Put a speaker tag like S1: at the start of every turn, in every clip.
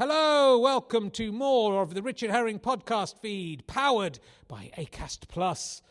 S1: Hello, welcome to more of the Richard Herring podcast feed, powered by ACAST Plus.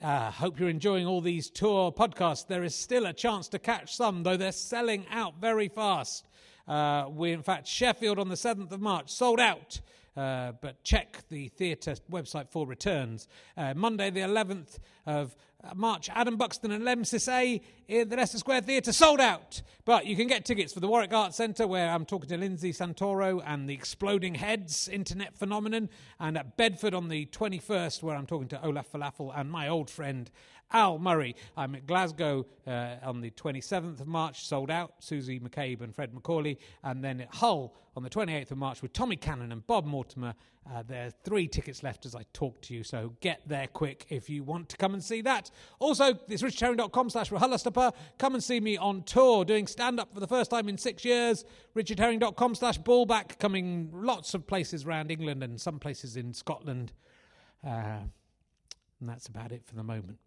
S1: Uh, hope you're enjoying all these tour podcasts. There is still a chance to catch some, though they're selling out very fast. Uh, we, in fact, Sheffield on the 7th of March sold out. Uh, but check the theatre website for returns. Uh, Monday, the 11th of uh, March, Adam Buxton and Lemsis A in the Leicester Square Theatre sold out. But you can get tickets for the Warwick Arts Centre, where I'm talking to Lindsay Santoro and the Exploding Heads internet phenomenon, and at Bedford on the 21st, where I'm talking to Olaf Falafel and my old friend Al Murray. I'm at Glasgow uh, on the 27th of March, sold out, Susie McCabe and Fred Macaulay, and then at Hull on the 28th of March with Tommy Cannon and Bob Mortimer. Uh, there are three tickets left as I talk to you, so get there quick if you want to come and see that. Also, it's richardherring.com slash Rahulastapa. Come and see me on tour doing stand up for the first time in six years. richardherring.com slash ballback, coming lots of places around England and some places in Scotland. Uh, and that's about it for the moment.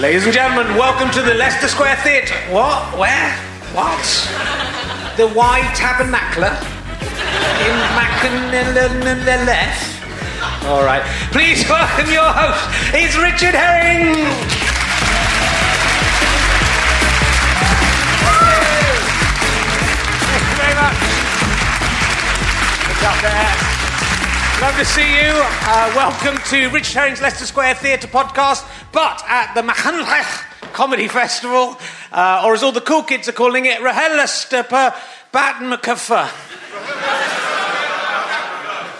S2: Ladies and gentlemen, welcome to the Leicester Square Theatre. What? Where? What? The Y Tabernacle in Macanelef. All right. Please welcome your host. It's Richard Herring. Thank you very much. It's up there. Love to see you. Uh, welcome to Richard Herring's Leicester Square Theatre podcast, but at the Machanlech Comedy Festival, uh, or as all the cool kids are calling it, Rahelastapa Batmakafa.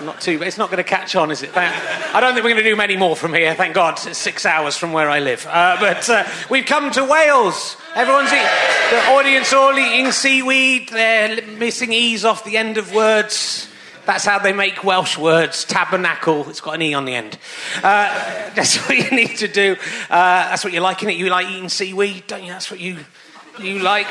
S2: Not too, but it's not going to catch on, is it? Thank- I don't think we're going to do many more from here, thank God. It's six hours from where I live. Uh, but uh, we've come to Wales. Everyone's eat, the audience all eating seaweed, they're li- missing E's off the end of words. That's how they make Welsh words. Tabernacle. It's got an E on the end. Uh, that's what you need to do. Uh, that's what you like, innit? You like eating seaweed, don't you? That's what you, you like.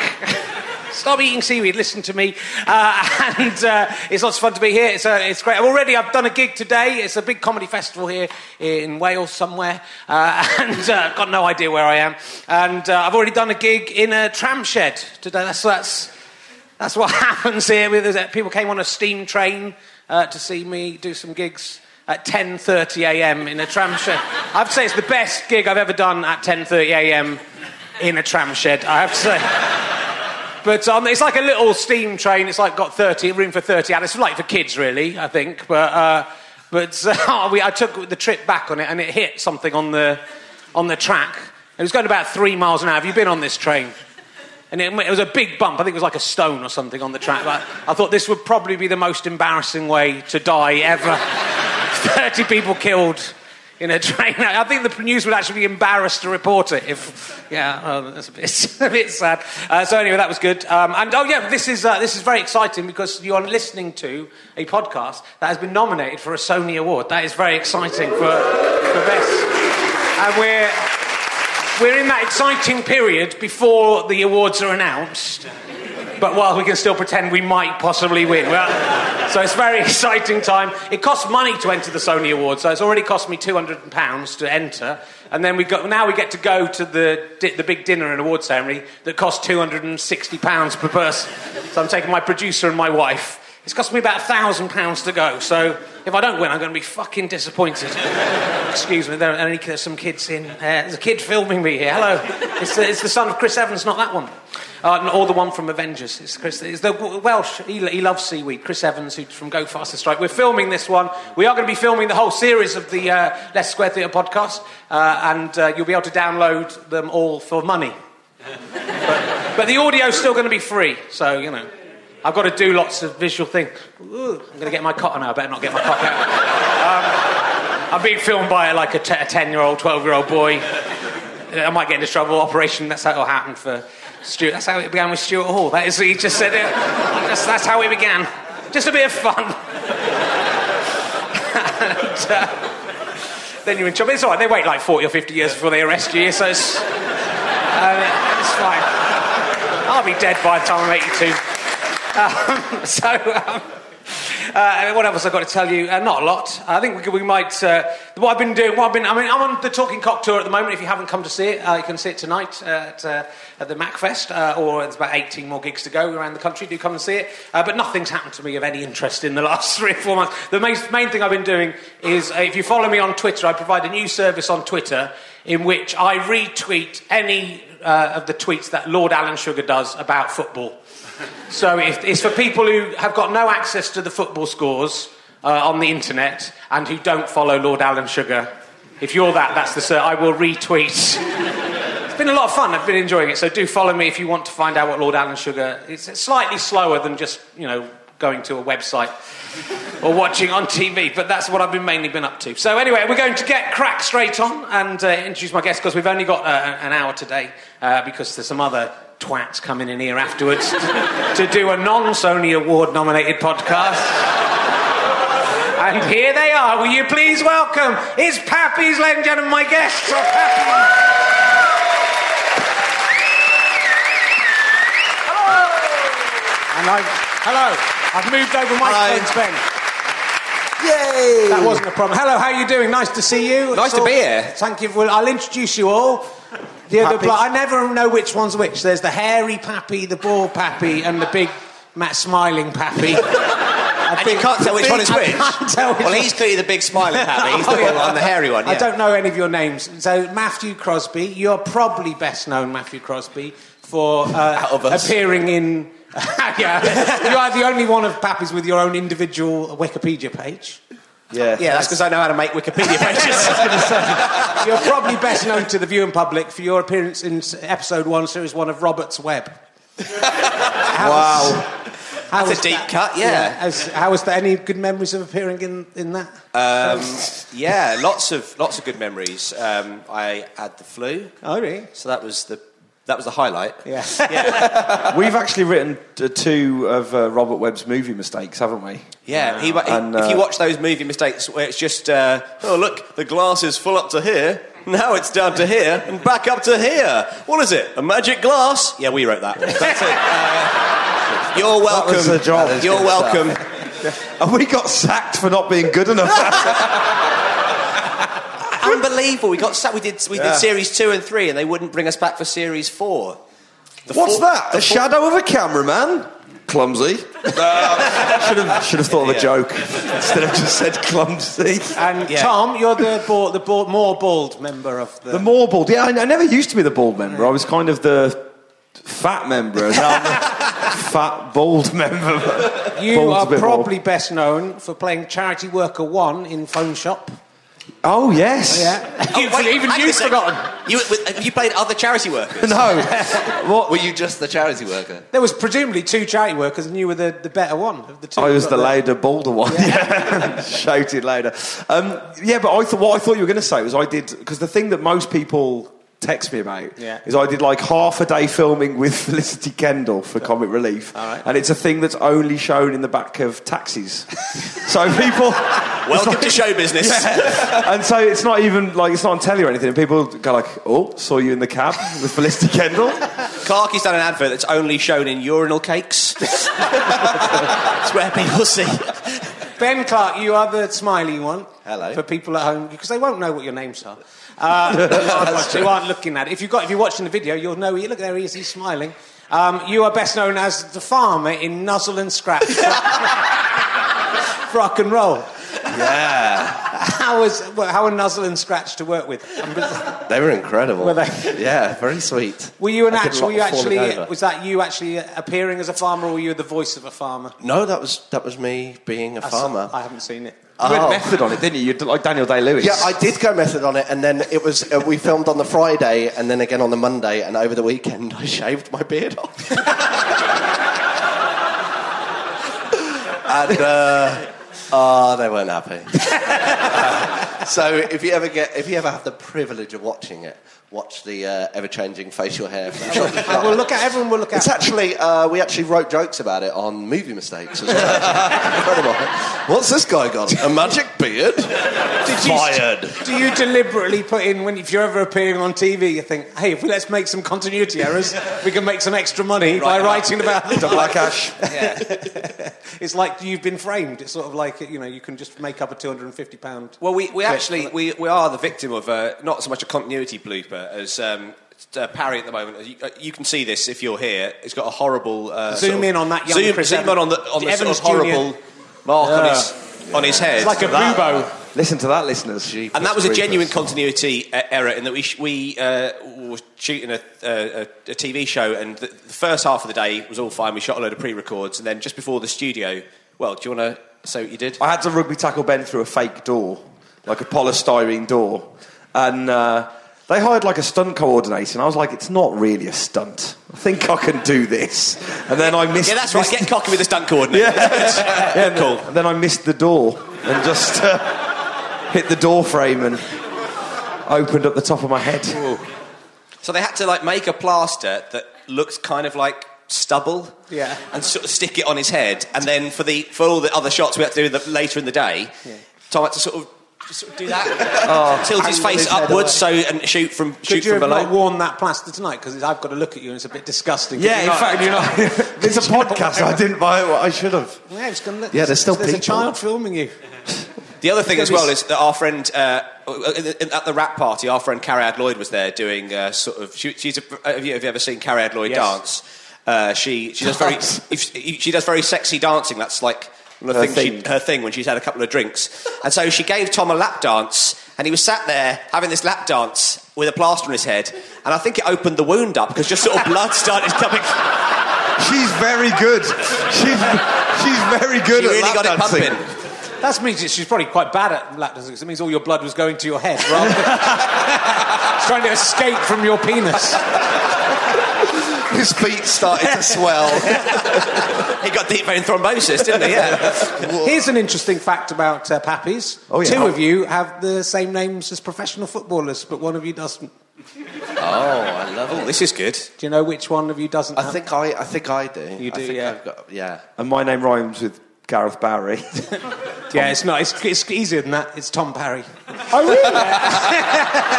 S2: Stop eating seaweed. Listen to me. Uh, and uh, it's lots of fun to be here. It's, uh, it's great. I've already I've done a gig today. It's a big comedy festival here in Wales somewhere, uh, and uh, got no idea where I am. And uh, I've already done a gig in a tram shed today. That's that's that's what happens here. With is that people came on a steam train uh, to see me do some gigs at 10:30 a.m. in a tram shed. I'd say it's the best gig I've ever done at 10:30 a.m. in a tram shed. I have to say. But um, it's like a little steam train. It's like got 30 room for 30 hours. It's like for kids, really, I think. But uh, but uh, we, I took the trip back on it, and it hit something on the on the track. It was going about three miles an hour. Have you been on this train? And it, it was a big bump. I think it was like a stone or something on the track. Like, I thought this would probably be the most embarrassing way to die ever. 30 people killed in a train. I think the news would actually be embarrassed to report it if, yeah, oh, that's a bit, a bit sad. Uh, so anyway, that was good. Um, and oh yeah, this is, uh, this is very exciting because you are listening to a podcast that has been nominated for a Sony Award. That is very exciting for, for best. And we're, we're in that exciting period before the awards are announced, but while we can still pretend we might possibly win. Well, so it's a very exciting time. It costs money to enter the Sony Awards, so it's already cost me £200 to enter. And then we got, now we get to go to the, di- the big dinner and award ceremony that costs £260 per person. So I'm taking my producer and my wife. It's cost me about £1,000 to go, so if I don't win, I'm going to be fucking disappointed. Excuse me, there are only there's some kids in. Uh, there's a kid filming me here. Hello. It's the, it's the son of Chris Evans, not that one. Uh, or the one from Avengers. It's, Chris, it's the Welsh. He, he loves seaweed. Chris Evans, who's from Go Faster Strike. We're filming this one. We are going to be filming the whole series of the uh, Less Square Theatre podcast, uh, and uh, you'll be able to download them all for money. but, but the audio's still going to be free, so you know. I've got to do lots of visual things. Ooh, I'm going to get my cotton out. I better not get my cotton out. Um, I'm being filmed by like a 10 year old, 12 year old boy. I might get into trouble. Operation, that's how it happened for Stuart. That's how it began with Stuart Hall. That is, he just said it. That's, that's how it began. Just a bit of fun. and, uh, then you're in trouble. It's all right. They wait like 40 or 50 years before they arrest you, so it's, uh, it's fine. I'll be dead by the time I'm 82. Um, so, um, uh, what else I've got to tell you? Uh, not a lot. I think we, could- we might. Uh, what I've been doing, what I've been. I mean, I'm on the Talking Cock tour at the moment. If you haven't come to see it, uh, you can see it tonight at, uh, at the MacFest, uh, or there's about 18 more gigs to go around the country. Do come and see it. Uh, but nothing's happened to me of any interest in the last three or four months. The main, main thing I've been doing is uh, if you follow me on Twitter, I provide a new service on Twitter in which I retweet any uh, of the tweets that Lord Alan Sugar does about football. So if, it's for people who have got no access to the football scores uh, on the internet and who don't follow Lord Alan Sugar. If you're that, that's the sir. I will retweet. it's been a lot of fun. I've been enjoying it. So do follow me if you want to find out what Lord Alan Sugar. It's slightly slower than just you know going to a website or watching on TV. But that's what I've been mainly been up to. So anyway, we're going to get crack straight on and uh, introduce my guest because we've only got uh, an hour today uh, because there's some other twats coming in here afterwards to, to do a non-Sony Award-nominated podcast. And here they are. Will you please welcome? It's Pappy's, ladies and gentlemen, my guests. Are Pappy. And I, hello. I've moved over microphones, Ben.
S3: Yay!
S2: That wasn't a problem. Hello, how are you doing? Nice to see you.
S3: Nice
S2: It's
S3: to be here.
S2: Thank you. Well, I'll introduce you all. The other
S3: Pappies.
S2: blo- I never know which one's which. There's the hairy pappy, the bald pappy, and the big Matt smiling pappy. I
S3: And you
S2: think-
S3: can't tell which one is
S2: I
S3: which.
S2: can't tell which
S3: well,
S2: one-
S3: he's clearly the big smiling happy. He's the
S2: Oh, yeah.
S3: one on the hairy one. Yeah.
S2: I don't know any of your names. So Matthew Crosby, you're probably best known, Matthew Crosby, for
S3: Out of
S2: uh,
S3: us.
S2: appearing in. yeah, you are the only one of Pappies with your own individual Wikipedia page.
S3: Yeah, yeah that's because I know how to make Wikipedia pages.
S2: You're probably best known to the viewing public for your appearance in s- episode one, series one of Robert's Web. How was-
S3: wow.
S2: how
S3: That's a
S2: was
S3: deep
S2: that-
S3: cut, yeah.
S2: as- how was there any good memories of appearing in, in that?
S3: Um, yeah, lots of lots of good memories. Um, I had the flu,
S2: oh, really?
S3: so that was the that was the highlight.
S2: Yeah.
S4: We've actually written uh, two of uh, Robert Webb's movie mistakes, haven't we?
S3: Yeah, he, he,
S4: And,
S3: if
S4: uh,
S3: you watch those movie mistakes where it's just, uh, oh, look, the glass is full up to here, now it's down to here, and back up to here. What is it? A magic glass? Yeah, we wrote that. That's it. Uh, you're welcome.
S4: was the job. That is
S3: You're
S4: good
S3: welcome.
S4: And we got sacked for not being good enough.
S3: Unbelievable. We got sat. We did, we
S4: Yeah.
S3: did series two and three, and they wouldn't bring us back for series four. The
S4: What's
S3: four-
S4: that?
S3: the
S4: A
S3: four-
S4: shadow of a cameraman? Clumsy. should have should have thought of a
S3: Yeah.
S4: joke instead of just said clumsy.
S2: And
S3: Yeah.
S2: Tom, you're the, bald, the bald, more bald member of the.
S4: The more bald. Yeah, I, I never used to be the bald member. I was kind of the fat member. and Now I'm the fat bald member.
S2: you
S4: Bald's
S2: are
S4: a bit bald.
S2: probably best known for playing Charity Worker 1 in Phone Shop.
S4: Oh yes.
S2: Yeah.
S3: Oh,
S2: You've-
S3: wait,
S2: even
S3: hang a
S2: you've
S3: sec.
S2: forgotten.
S3: You, with, uh, you played other charity workers.
S4: No. what?
S5: Were you just the charity worker?
S2: There was presumably two charity workers, and you were the, the better one of the two.
S4: I was the
S2: But-
S4: louder, bolder one. Yeah. Shouted louder. Um, yeah, but I thought what I thought you were going to say was I did because the thing that most people text me about
S2: Yeah.
S4: is I did like half a day filming with Felicity Kendall for Comic Relief, and it's a thing that's only shown in the back of taxis. so people.
S3: Welcome to show business.
S4: Yeah. and so it's not even like it's not on telly or anything. And people go like, "Oh, saw you in the cab with Felicity Kendall."
S3: Clarky's done an advert that's only shown in urinal cakes. it's where people see.
S2: Ben Clark, you are the smiley one.
S5: Hello.
S2: For people at home, because they won't know what your names are. Uh, who aren't looking at it. If, you've got, if you're watching the video, you'll know. Look, there he is, he's smiling. Um, you are best known as the farmer in Nuzzle and Scrap. Rock and roll. Yeah.
S6: How was well, how were Nuzzle and Scratch to work with? I'm just-
S2: They were incredible.
S6: Were they?
S2: Yeah, very sweet.
S6: Were you an
S2: I did a
S6: actual?
S2: lot
S6: Were you
S2: of falling
S6: actually?
S2: over.
S6: Was that you actually appearing as a farmer, or were you the voice of a farmer?
S2: No, that was that was me being a farmer.
S6: I haven't seen it.
S4: You went
S2: Oh.
S4: method on it, didn't you? You did like Daniel Day Lewis.
S2: Yeah, I did go method on it, and then it was uh, we filmed on the Friday, and then again on the Monday, and over the weekend I shaved my beard off. and uh, oh, they weren't happy. Uh, so if you ever get, if you ever have the privilege of watching it, watch the uh, ever-changing facial hair. from Sean Clark.
S6: We'll look at everyone. Will look at.
S2: It's actually uh, we actually wrote jokes about it on movie mistakes as well. Incredible. What's this guy got? A magic beard?
S6: Did you-
S2: Fired.
S6: Do you deliberately put in when if you're ever appearing on TV, you think, hey, if we let's make some continuity errors, we can make some extra money by writing about
S4: Black Ash.
S6: It's like you've been framed. It's sort of like you know you can just make up a two hundred and fifty pound.
S7: Well, we, we actually we, we are the victim of uh, not so much a continuity blooper as um, uh, Parry at the moment. You, uh, you can see this if you're here. It's got a horrible uh,
S6: Zoom
S7: sort of-
S6: in on that young
S7: zoom,
S6: Chris
S7: zoom
S6: Evans.
S7: in on the on the sort
S6: Evans
S7: of horrible mark on his on his head.
S6: It's like a
S7: That-
S6: bubo.
S4: Listen to that, listeners.
S7: And that was a genuine continuity uh, error in that we, sh- we uh, were shooting a, a, a TV show, and the, the first half of the day was all fine. We shot a load of pre records, and then just before the studio, well, do you want to say what you did?
S4: I had to rugby tackle Ben through a fake door, like a polystyrene door. And uh, they hired like a stunt coordinator, and I was like, it's not really a stunt. I think I can do this. And then I missed
S7: yeah, that's right.
S4: missed-
S7: Get cocky with the stunt coordinator.
S4: Yeah, and,
S7: Cool.
S4: and then I missed the door and just uh, hit the door frame and opened up the top of my head.
S7: So they had to like make a plaster that looked kind of like stubble,
S6: Yeah.
S7: and sort of stick it on his head. And then for the for all the other shots we had to do the, later in the day, Tom had to sort of. just Sort of do that,
S6: Oh.
S7: tilt his
S2: angle
S7: face
S2: his head
S7: upwards, so and shoot from shoot
S6: Could you
S7: from
S6: have
S7: below.
S6: not worn that plaster tonight? Because I've got to look at you and it's a bit disgusting.
S4: Yeah, in
S6: You're not-
S4: fact, you know, it's a podcast. I didn't buy what I should have.
S6: Yeah, it's gonna look,
S4: Yeah, there's still
S6: there's a
S4: people.
S6: child filming you.
S7: The other thing
S6: It's
S7: as well
S6: gonna
S7: is that our friend uh, at the rap party, our friend Carrie Ad Lloyd was there doing uh, sort of. She, she's a, uh, have, you, have you ever seen Carrie Ad Lloyd
S6: Yes.
S7: dance? Uh, she she does very if, she does very sexy dancing. That's like one of the
S4: Her
S7: things she-
S4: thing.
S7: her thing when she's had a couple of drinks. And so she gave Tom a lap dance, and he was sat there having this lap dance with a plaster on his head. And I think it opened the wound up because just sort of blood started coming.
S4: She's very good. She's, she's very good
S7: She
S4: at
S7: really
S4: lap
S7: got it
S4: dancing.
S7: pumping.
S6: That means she's probably quite bad at lap dancing. 'cause It means all your blood was going to your head rather than It's trying to escape from your penis.
S2: His feet started to swell.
S7: He got deep vein thrombosis, didn't he? Yeah.
S6: Here's an interesting fact about uh, pappies.
S4: Oh, yeah.
S6: Two
S4: Oh.
S6: of you have the same names as professional footballers, but one of you doesn't.
S2: Oh, I love
S7: Oh,
S2: it.
S7: this is good.
S6: Do you know which one of you doesn't?
S2: I
S6: have-
S2: think I, I think I do.
S6: You
S2: I
S6: do,
S2: think
S6: yeah.
S2: I've got, yeah.
S4: And my name rhymes with Gareth Barry.
S6: Yeah, it's not. It's, it's easier than that. It's Tom Parry.
S4: oh, really?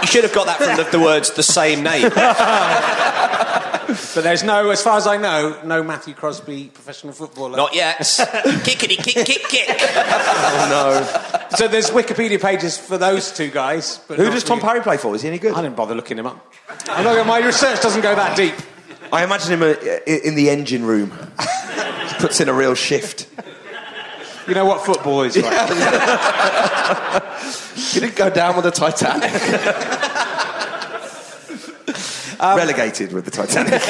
S7: You should have got that from the, the words "the same name."
S6: But there's no, as far as I know, no Matthew Crosby professional footballer.
S7: Not yet. Kickity kick kick kick.
S4: Oh,
S6: So there's Wikipedia pages for those two guys. But
S4: no. Who
S6: not
S4: does
S6: for
S4: Tom
S6: you.
S4: Parry play for? Is he any good?
S6: I didn't bother looking him up. I'm not, my research doesn't go that deep.
S4: I imagine him uh, i- in the engine room. He Puts in a real shift.
S6: You know what football is like.
S2: You didn't go down with the Titanic. Um,
S4: Relegated with the Titanic.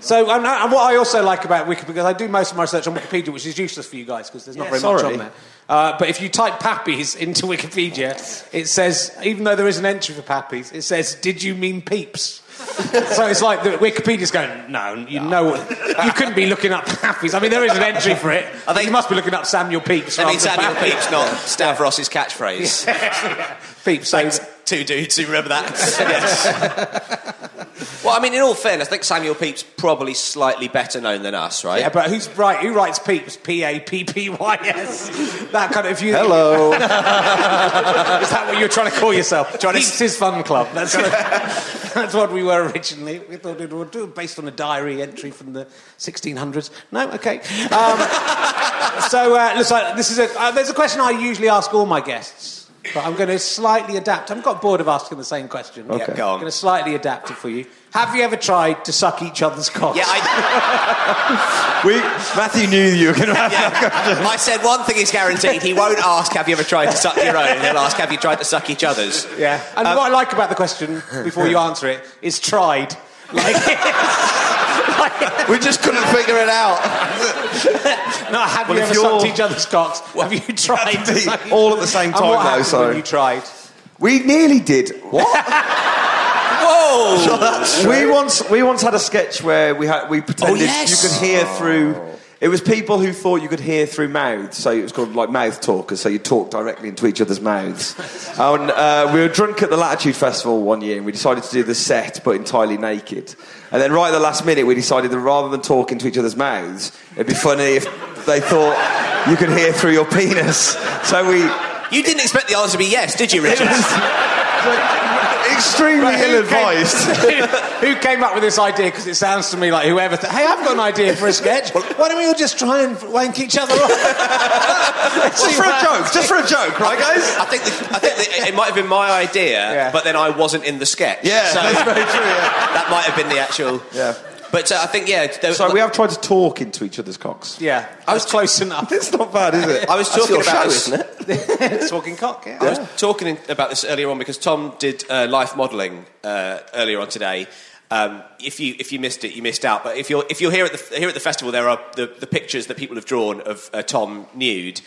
S6: So, and, and what I also like about Wikipedia, because I do most of my research on Wikipedia, which is useless for you guys because there's not
S4: Yeah,
S6: very much
S4: sorry.
S6: on there. Uh, but if you type pappies into Wikipedia, it says, even though there is an entry for pappies, it says, did you mean peeps? so it's like the Wikipedia's going, no, you know what, you couldn't be looking up pappies. I mean, there is an entry for it. I think you must be looking up Samuel Pepys.
S7: I
S6: rather
S7: mean,
S6: than
S7: Samuel
S6: Pappies.
S7: Pepys, not Stavros's catchphrase.
S6: Pepys. So
S7: Thanks, two dudes who remember that. yes. Well, I mean, in all fairness, I think Samuel Pepys probably slightly better known than us, right?
S6: Yeah, but who's right? Who writes Peeps? P A P P Y S. That kind of. If you,
S4: Hello.
S6: Is that what you're trying to call yourself? Peeps is Fun Club. That's what, that's what we were originally. We thought it would do based on a diary entry from the 1600s. No, okay. Um, so, uh, looks like this is a. Uh, there's a question I usually ask all my guests. But I'm going to slightly adapt. I've got bored of asking the same question.
S4: Okay. Yeah, go on.
S6: I'm going to slightly adapt it for you. Have you ever tried to suck each other's cocks?
S7: Yeah, I,
S4: We, Matthew knew you were going to have that question.
S7: yeah. I said one thing is guaranteed. He won't ask, have you ever tried to suck your own? He'll ask, have you tried to suck each other's?
S6: Yeah. And
S4: Uh,
S6: what I like about the question, before you answer it, is tried. Like, like
S4: We just couldn't figure it out.
S6: not have
S4: Well,
S6: you
S4: if
S6: ever
S4: you're-
S6: sucked each other's cocks? Have you tried to suck each-
S4: All at the same
S6: and what
S4: time, though,
S6: happened
S4: so-
S6: when you tried?
S4: We nearly did. What?
S7: Whoa!
S4: we once we once had a sketch where we had we pretended
S7: yes.
S4: you could hear through. It was people who thought you could hear through mouths, so it was called like mouth talkers. So you talk directly into each other's mouths. and uh, we were drunk at the Latitude Festival one year, and we decided to do the set but entirely naked. And then right at the last minute, we decided that rather than talking to each other's mouths, it'd be funny if they thought you could hear through your penis. So we.
S7: You didn't expect the answer to be yes, did you,
S4: It
S7: Richard?
S4: was extremely
S6: Right, who
S4: ill-advised.
S6: Who came up with this idea? Because it sounds to me like whoever. Th- hey, I've got an idea for a sketch. Why don't we all just try and wank each other off? Let's see
S4: just for
S6: what
S4: a joke,
S6: happens.
S4: just for a joke, right, guys?
S7: I think, the, I think the, it might have been my idea,
S6: Yeah.
S7: but then I wasn't in the sketch.
S4: Yeah,
S7: so
S4: that's very true. Yeah.
S7: that might have been the actual.
S4: Yeah.
S7: But uh, I think yeah. There,
S4: So we have tried to talk into each other's cocks.
S6: Yeah, I was close enough.
S4: It's not bad, is it?
S7: I was
S4: That's
S7: talking
S4: your
S7: about
S4: show,
S7: this-
S4: isn't it?
S6: Talking cock. Yeah.
S7: I was talking in- about this earlier on because Tom did uh, life modelling uh, earlier on today. Um, if you if you missed it, you missed out. But if you're if you're here at the here at the festival, there are the, the pictures that people have drawn of uh, Tom nude,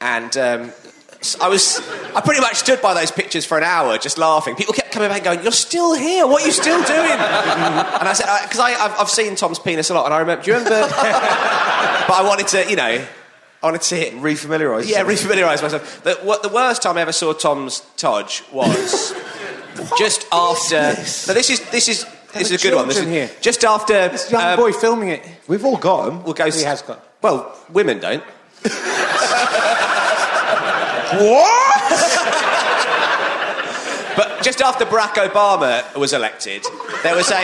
S7: and um, s- I was I pretty much stood by those pictures for an hour just laughing. People kept coming back and going, "You're still here? What are you still doing?" and I said, "Because I I've, I've seen Tom's penis a lot, and I remember. Do you remember?" but I wanted to, you know, I wanted to hit
S4: Refamiliarise.
S7: yeah, refamiliarise myself. The, what, the worst time I ever saw Tom's Todge was just after. Now this is this is this
S6: were
S7: is a good one. This is
S6: children here.
S7: just after.
S6: This young
S7: uh,
S6: boy filming Um, it.
S4: We've all got them.
S7: We'll go.
S6: He has got.
S7: Well, women don't.
S4: What?
S7: But just after Barack Obama was elected, there was a.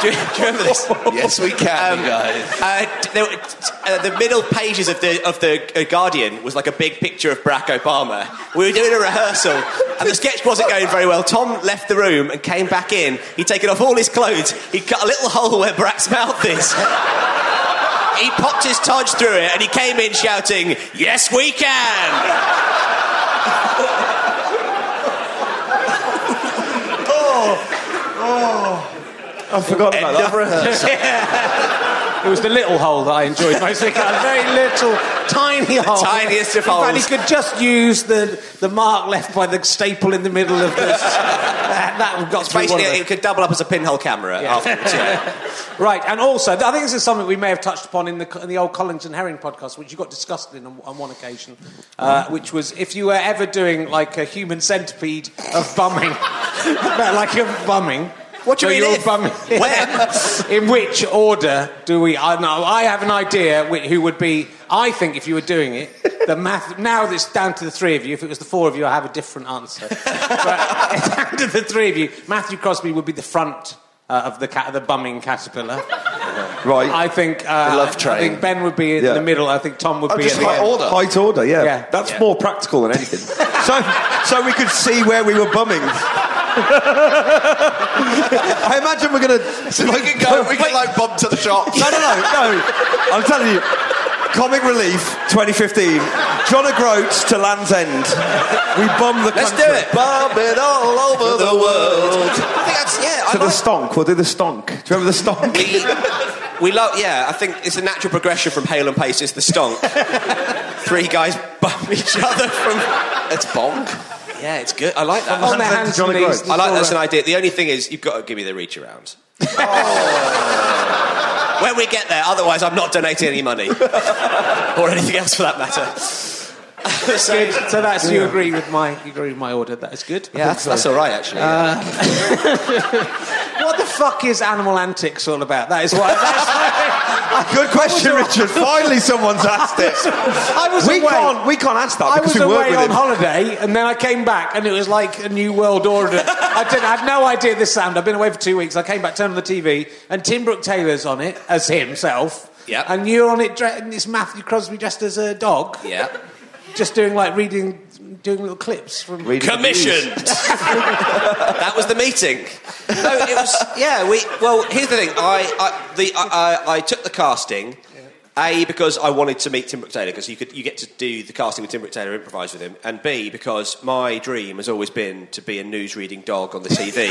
S7: do, you, do you remember this?
S8: Yes, we can, you guys.
S7: Uh, t- there, were- t- uh, the middle pages of the of the uh, Guardian was like a big picture of Barack Obama. We were doing a rehearsal, and the sketch wasn't going very well. Tom left the room and came back in. He'd taken off all his clothes. He'd cut a little hole where Barack's mouth is. He popped his Todge through it, and he came in shouting, "Yes, we can!"
S4: I forgot about that.
S6: It was the little hole that I enjoyed most. It had a very little, tiny hole.
S7: tiniest of
S6: In fact,
S7: holes.
S6: he could just use the, the mark left by the staple in the middle of the. that, that got through one
S7: Basically,
S6: of the-
S7: it could double up as a pinhole camera
S6: Yeah.
S7: afterwards. Yeah.
S6: Right, and also, I think this is something we may have touched upon in the, in the old Collins and Herring podcast, which you got discussed in on, on one occasion, uh, which was if you were ever doing like a human centipede of bumming, about like a bumming.
S7: What do you
S6: so
S7: mean
S6: You're
S7: if?
S6: bumming.
S7: When?
S6: in which order do we? I know. I have an idea whi- who would be. I think if you were doing it, the math. Now that it's down to the three of you. If it was the four of you, I have a different answer. but it's down to the three of you. Matthew Crosby would be the front. Uh, of the cat, the bumming caterpillar.
S4: Right.
S6: I think uh,
S8: The love
S6: I
S8: train.
S6: think Ben would be in
S4: Yeah.
S6: the middle. I think Tom would
S4: Oh,
S6: be
S4: just
S6: at the
S4: high
S6: end.
S4: order. Height order, yeah.
S6: Yeah.
S4: That's more practical than anything. so, so we could see where we were bumming. I imagine we're going to.
S8: So we can go, we can like bob to the shop.
S4: No, no, no, no. I'm telling you. Comic Relief 2015. John O'Groats to Land's End. We bum the
S7: Let's do
S4: country.
S7: it.
S8: Bob it all over the world.
S7: I think that's yeah. I
S4: To the
S7: like-
S4: stonk. We'll do the stonk. Do you remember the stonk?
S7: We, we love, yeah, I think it's a natural progression from Hale and Pace is the stonk. Three guys bump each other from.
S8: It's bonk. Oh,
S7: Yeah, it's good. I like that.
S6: On their hands
S4: Johnny
S6: and knees.
S4: Groats.
S7: I like that's an idea. The only thing is, you've got to give me the reach around.
S6: Oh.
S7: when we get there, otherwise, I'm not donating any money or anything else for that matter. so,
S6: Good. So that's you agree with my you agree with my order. That is good. Uh,
S7: yeah, that's, that's all right, actually.
S6: What the fuck is animal antics all about? That is what. That's
S4: Good question, Richard. Finally, someone's asked it.
S6: I was
S4: we
S6: away.
S4: can't. We can't ask that
S6: I
S4: because
S6: was
S4: we work
S6: away
S4: with
S6: on
S4: him.
S6: holiday, and then I came back, and it was like a new world order. I didn't I had no idea this sound. I've been away for two weeks. I came back, turned on the TV, and Tim Brooke Taylor's on it as himself.
S7: Yep.
S6: And you're on it, dre- and it's Matthew Crosby dressed as a dog,
S7: yeah.
S6: just doing like reading doing little clips from.
S4: Reading the news.
S2: Commissioned.
S7: that was the meeting. No, it was. Yeah, we. Well, here's the thing. I I, the, I, I, I took the casting. A because I wanted to meet Tim Brooke Taylor because you could you get to do the casting with Tim Brooke Taylor, improvise with him, and B because my dream has always been to be a newsreading dog on the TV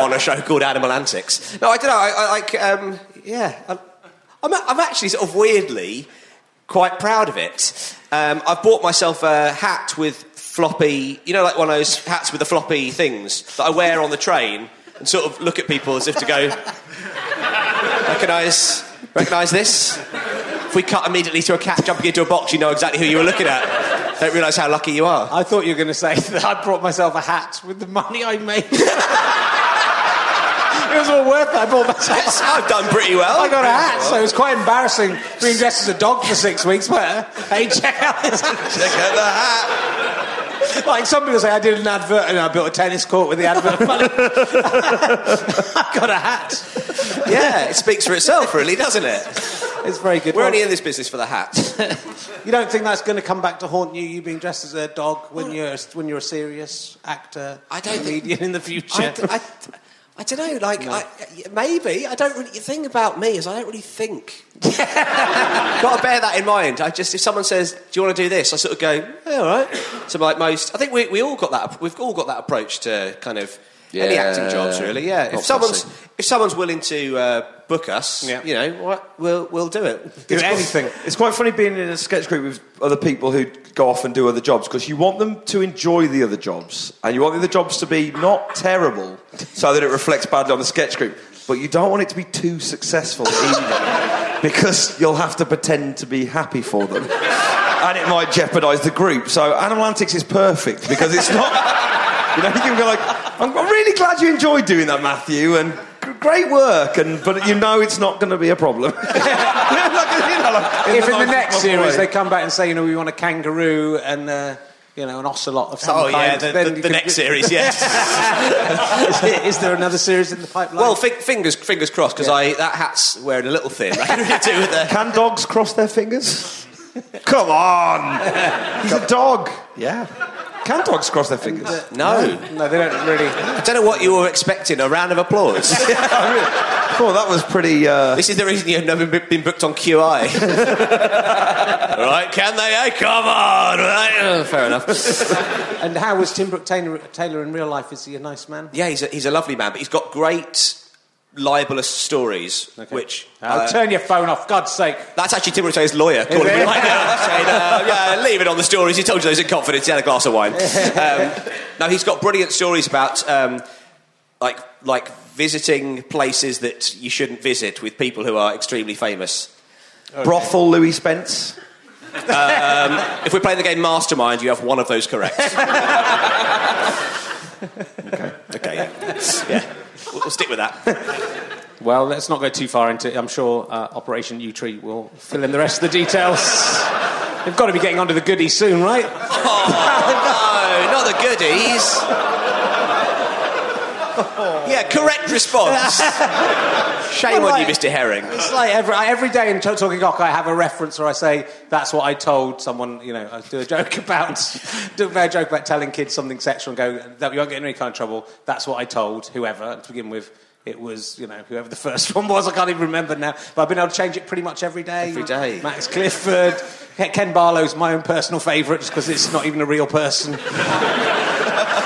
S7: on a show called Animal Antics. No, I don't know. I, I like um, yeah. I'm, I'm I'm actually sort of weirdly quite proud of it. Um, I've bought myself a hat with floppy, you know, like one of those hats with the floppy things that I wear on the train and sort of look at people as if to go, recognise, recognise this. If we cut immediately to a cat jumping into a box, you know exactly who you were looking at. Don't realise how lucky you are.
S6: I thought you were going to say that I brought myself a hat with the money I made. it was all worth it. I bought myself.
S7: That's- I've done pretty well.
S6: I got a hat, so it was quite embarrassing being dressed as a dog for six weeks. But hey, check out this.
S7: Check out the hat.
S6: Like some people say, I did an advert and I built a tennis court with the advert money. I got a hat.
S7: Yeah, it speaks for itself, really, doesn't it?
S6: It's very good.
S7: We're
S6: Well,
S7: only in this business for the hat.
S6: You don't think that's going to come back to haunt you? You being dressed as a dog when you're when you're a serious actor,
S7: I don't think-
S6: comedian in the future.
S7: I, I, I don't know. Like, I, maybe I don't really. The thing about me is I don't really think. Got to bear that in mind. I just if someone says, "Do you want to do this?" I sort of go, "Yeah, "All right." So like most, I think we, we all got that. We've all got that approach to kind of any
S9: Yeah.
S7: acting jobs, really. Yeah. If
S9: Obviously.
S7: someone's if someone's willing to uh, book us,
S6: Yeah.
S7: you know, what we'll we'll do it.
S6: Do anything.
S4: It's quite funny being in a sketch group with other people who go off and do other jobs because you want them to enjoy the other jobs and you want the other jobs to be not terrible so that it reflects badly on the sketch group, but you don't want it to be too successful either because you'll have to pretend to be happy for them and it might jeopardise the group. So Animal Antics is perfect because it's not. You know, you can go like, I'm, I'm really glad you enjoyed doing that, Matthew, and g- great work, and but you know it's not going to be a problem. You know, like, you know, like,
S6: if in the
S4: nicest
S7: oh,
S6: next
S4: possible
S6: series
S4: way.
S6: they come back and say, you know, we want a kangaroo and uh, you know an ocelot of some
S7: Oh
S6: kind,
S7: yeah, the,
S6: then
S7: the,
S6: you
S7: the
S6: could-
S7: next series, yes.
S6: is, there- is there another series in the pipeline?
S7: well, fi- fingers fingers crossed because I that hat's wearing a little thin. I can really do with the
S4: can dogs cross their fingers? come on, he's a dog. Yeah, can dogs cross their fingers?
S7: no.
S6: no, they don't really.
S7: I don't know what you were expecting. A round of applause.
S4: yeah, I really- oh, that was pretty. Uh,
S7: this is the reason you've never been booked on QI. All right? Can they? Hey, come on! Right? Oh, fair enough.
S6: And how was Tim Brooke Taylor, Taylor in real life? Is he a nice man?
S7: Yeah, he's a, he's a lovely man, but he's got great libelous stories, which.
S6: I'll
S7: uh,
S6: turn your phone off, God's sake.
S7: that's actually Tim Rota's lawyer calling
S6: it?
S7: me right now, saying, uh, yeah, leave it on the stories. He told you those in confidence. He had a glass of wine. Um, no, he's got brilliant stories about um, like like visiting places that you shouldn't visit with people who are extremely famous.
S4: brothel Louis Spence.
S7: If we're playing the game Mastermind, you have one of those correct. okay. Okay, yeah. yeah. We'll, we'll stick with that.
S6: Well, let's not go too far into it. I'm sure uh, Operation U Tree will fill in the rest of the details. They've got to be getting onto the goodies soon, right?
S7: Oh, no, not the goodies. Yeah, correct response. Shame
S6: Well,
S7: on you,
S6: like-
S7: Mr. Herring.
S6: It's like every, I- every day in T- Talking Cock, I have a reference or I say, that's what I told someone, you know, I do a joke about, do a joke about telling kids something sexual and go, that you won't get in any kind of trouble. That's what I told whoever, to begin with. It was, you know, whoever the first one was, I can't even remember now. But I've been able to change it pretty much every day.
S7: Every day.
S6: Max Clifford, Ke- Ken Barlow's my own personal favourite just because it's not even a real person.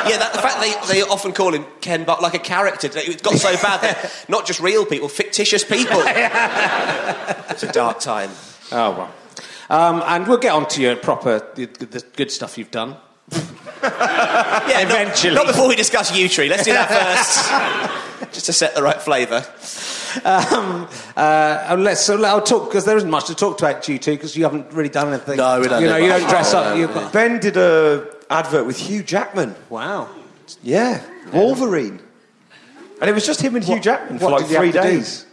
S7: Yeah, that, the fact they, they often call him Ken Bart like a character. It got so bad that not just real people, fictitious people. it's a dark time.
S6: Oh, well. Um, and we'll get on to your proper, the, the good stuff you've done.
S7: Yeah, not-
S6: Eventually.
S7: Not, before we discuss yew tree. Let's do that first. Just to set the right flavour.
S6: Um, uh, and let's, so I'll talk because there isn't much to talk about you two because you haven't really done anything.
S9: No, we don't
S6: You
S9: do
S6: know, you
S9: much.
S6: don't dress
S9: Oh,
S6: up.
S9: no,
S6: You've
S9: we
S6: got,
S4: Ben did a advert with Hugh Jackman.
S6: wow.
S4: Yeah, Wolverine. And it was just him and Hugh Jackman for
S6: what
S4: like
S6: did you
S4: three
S6: have to do?
S4: days.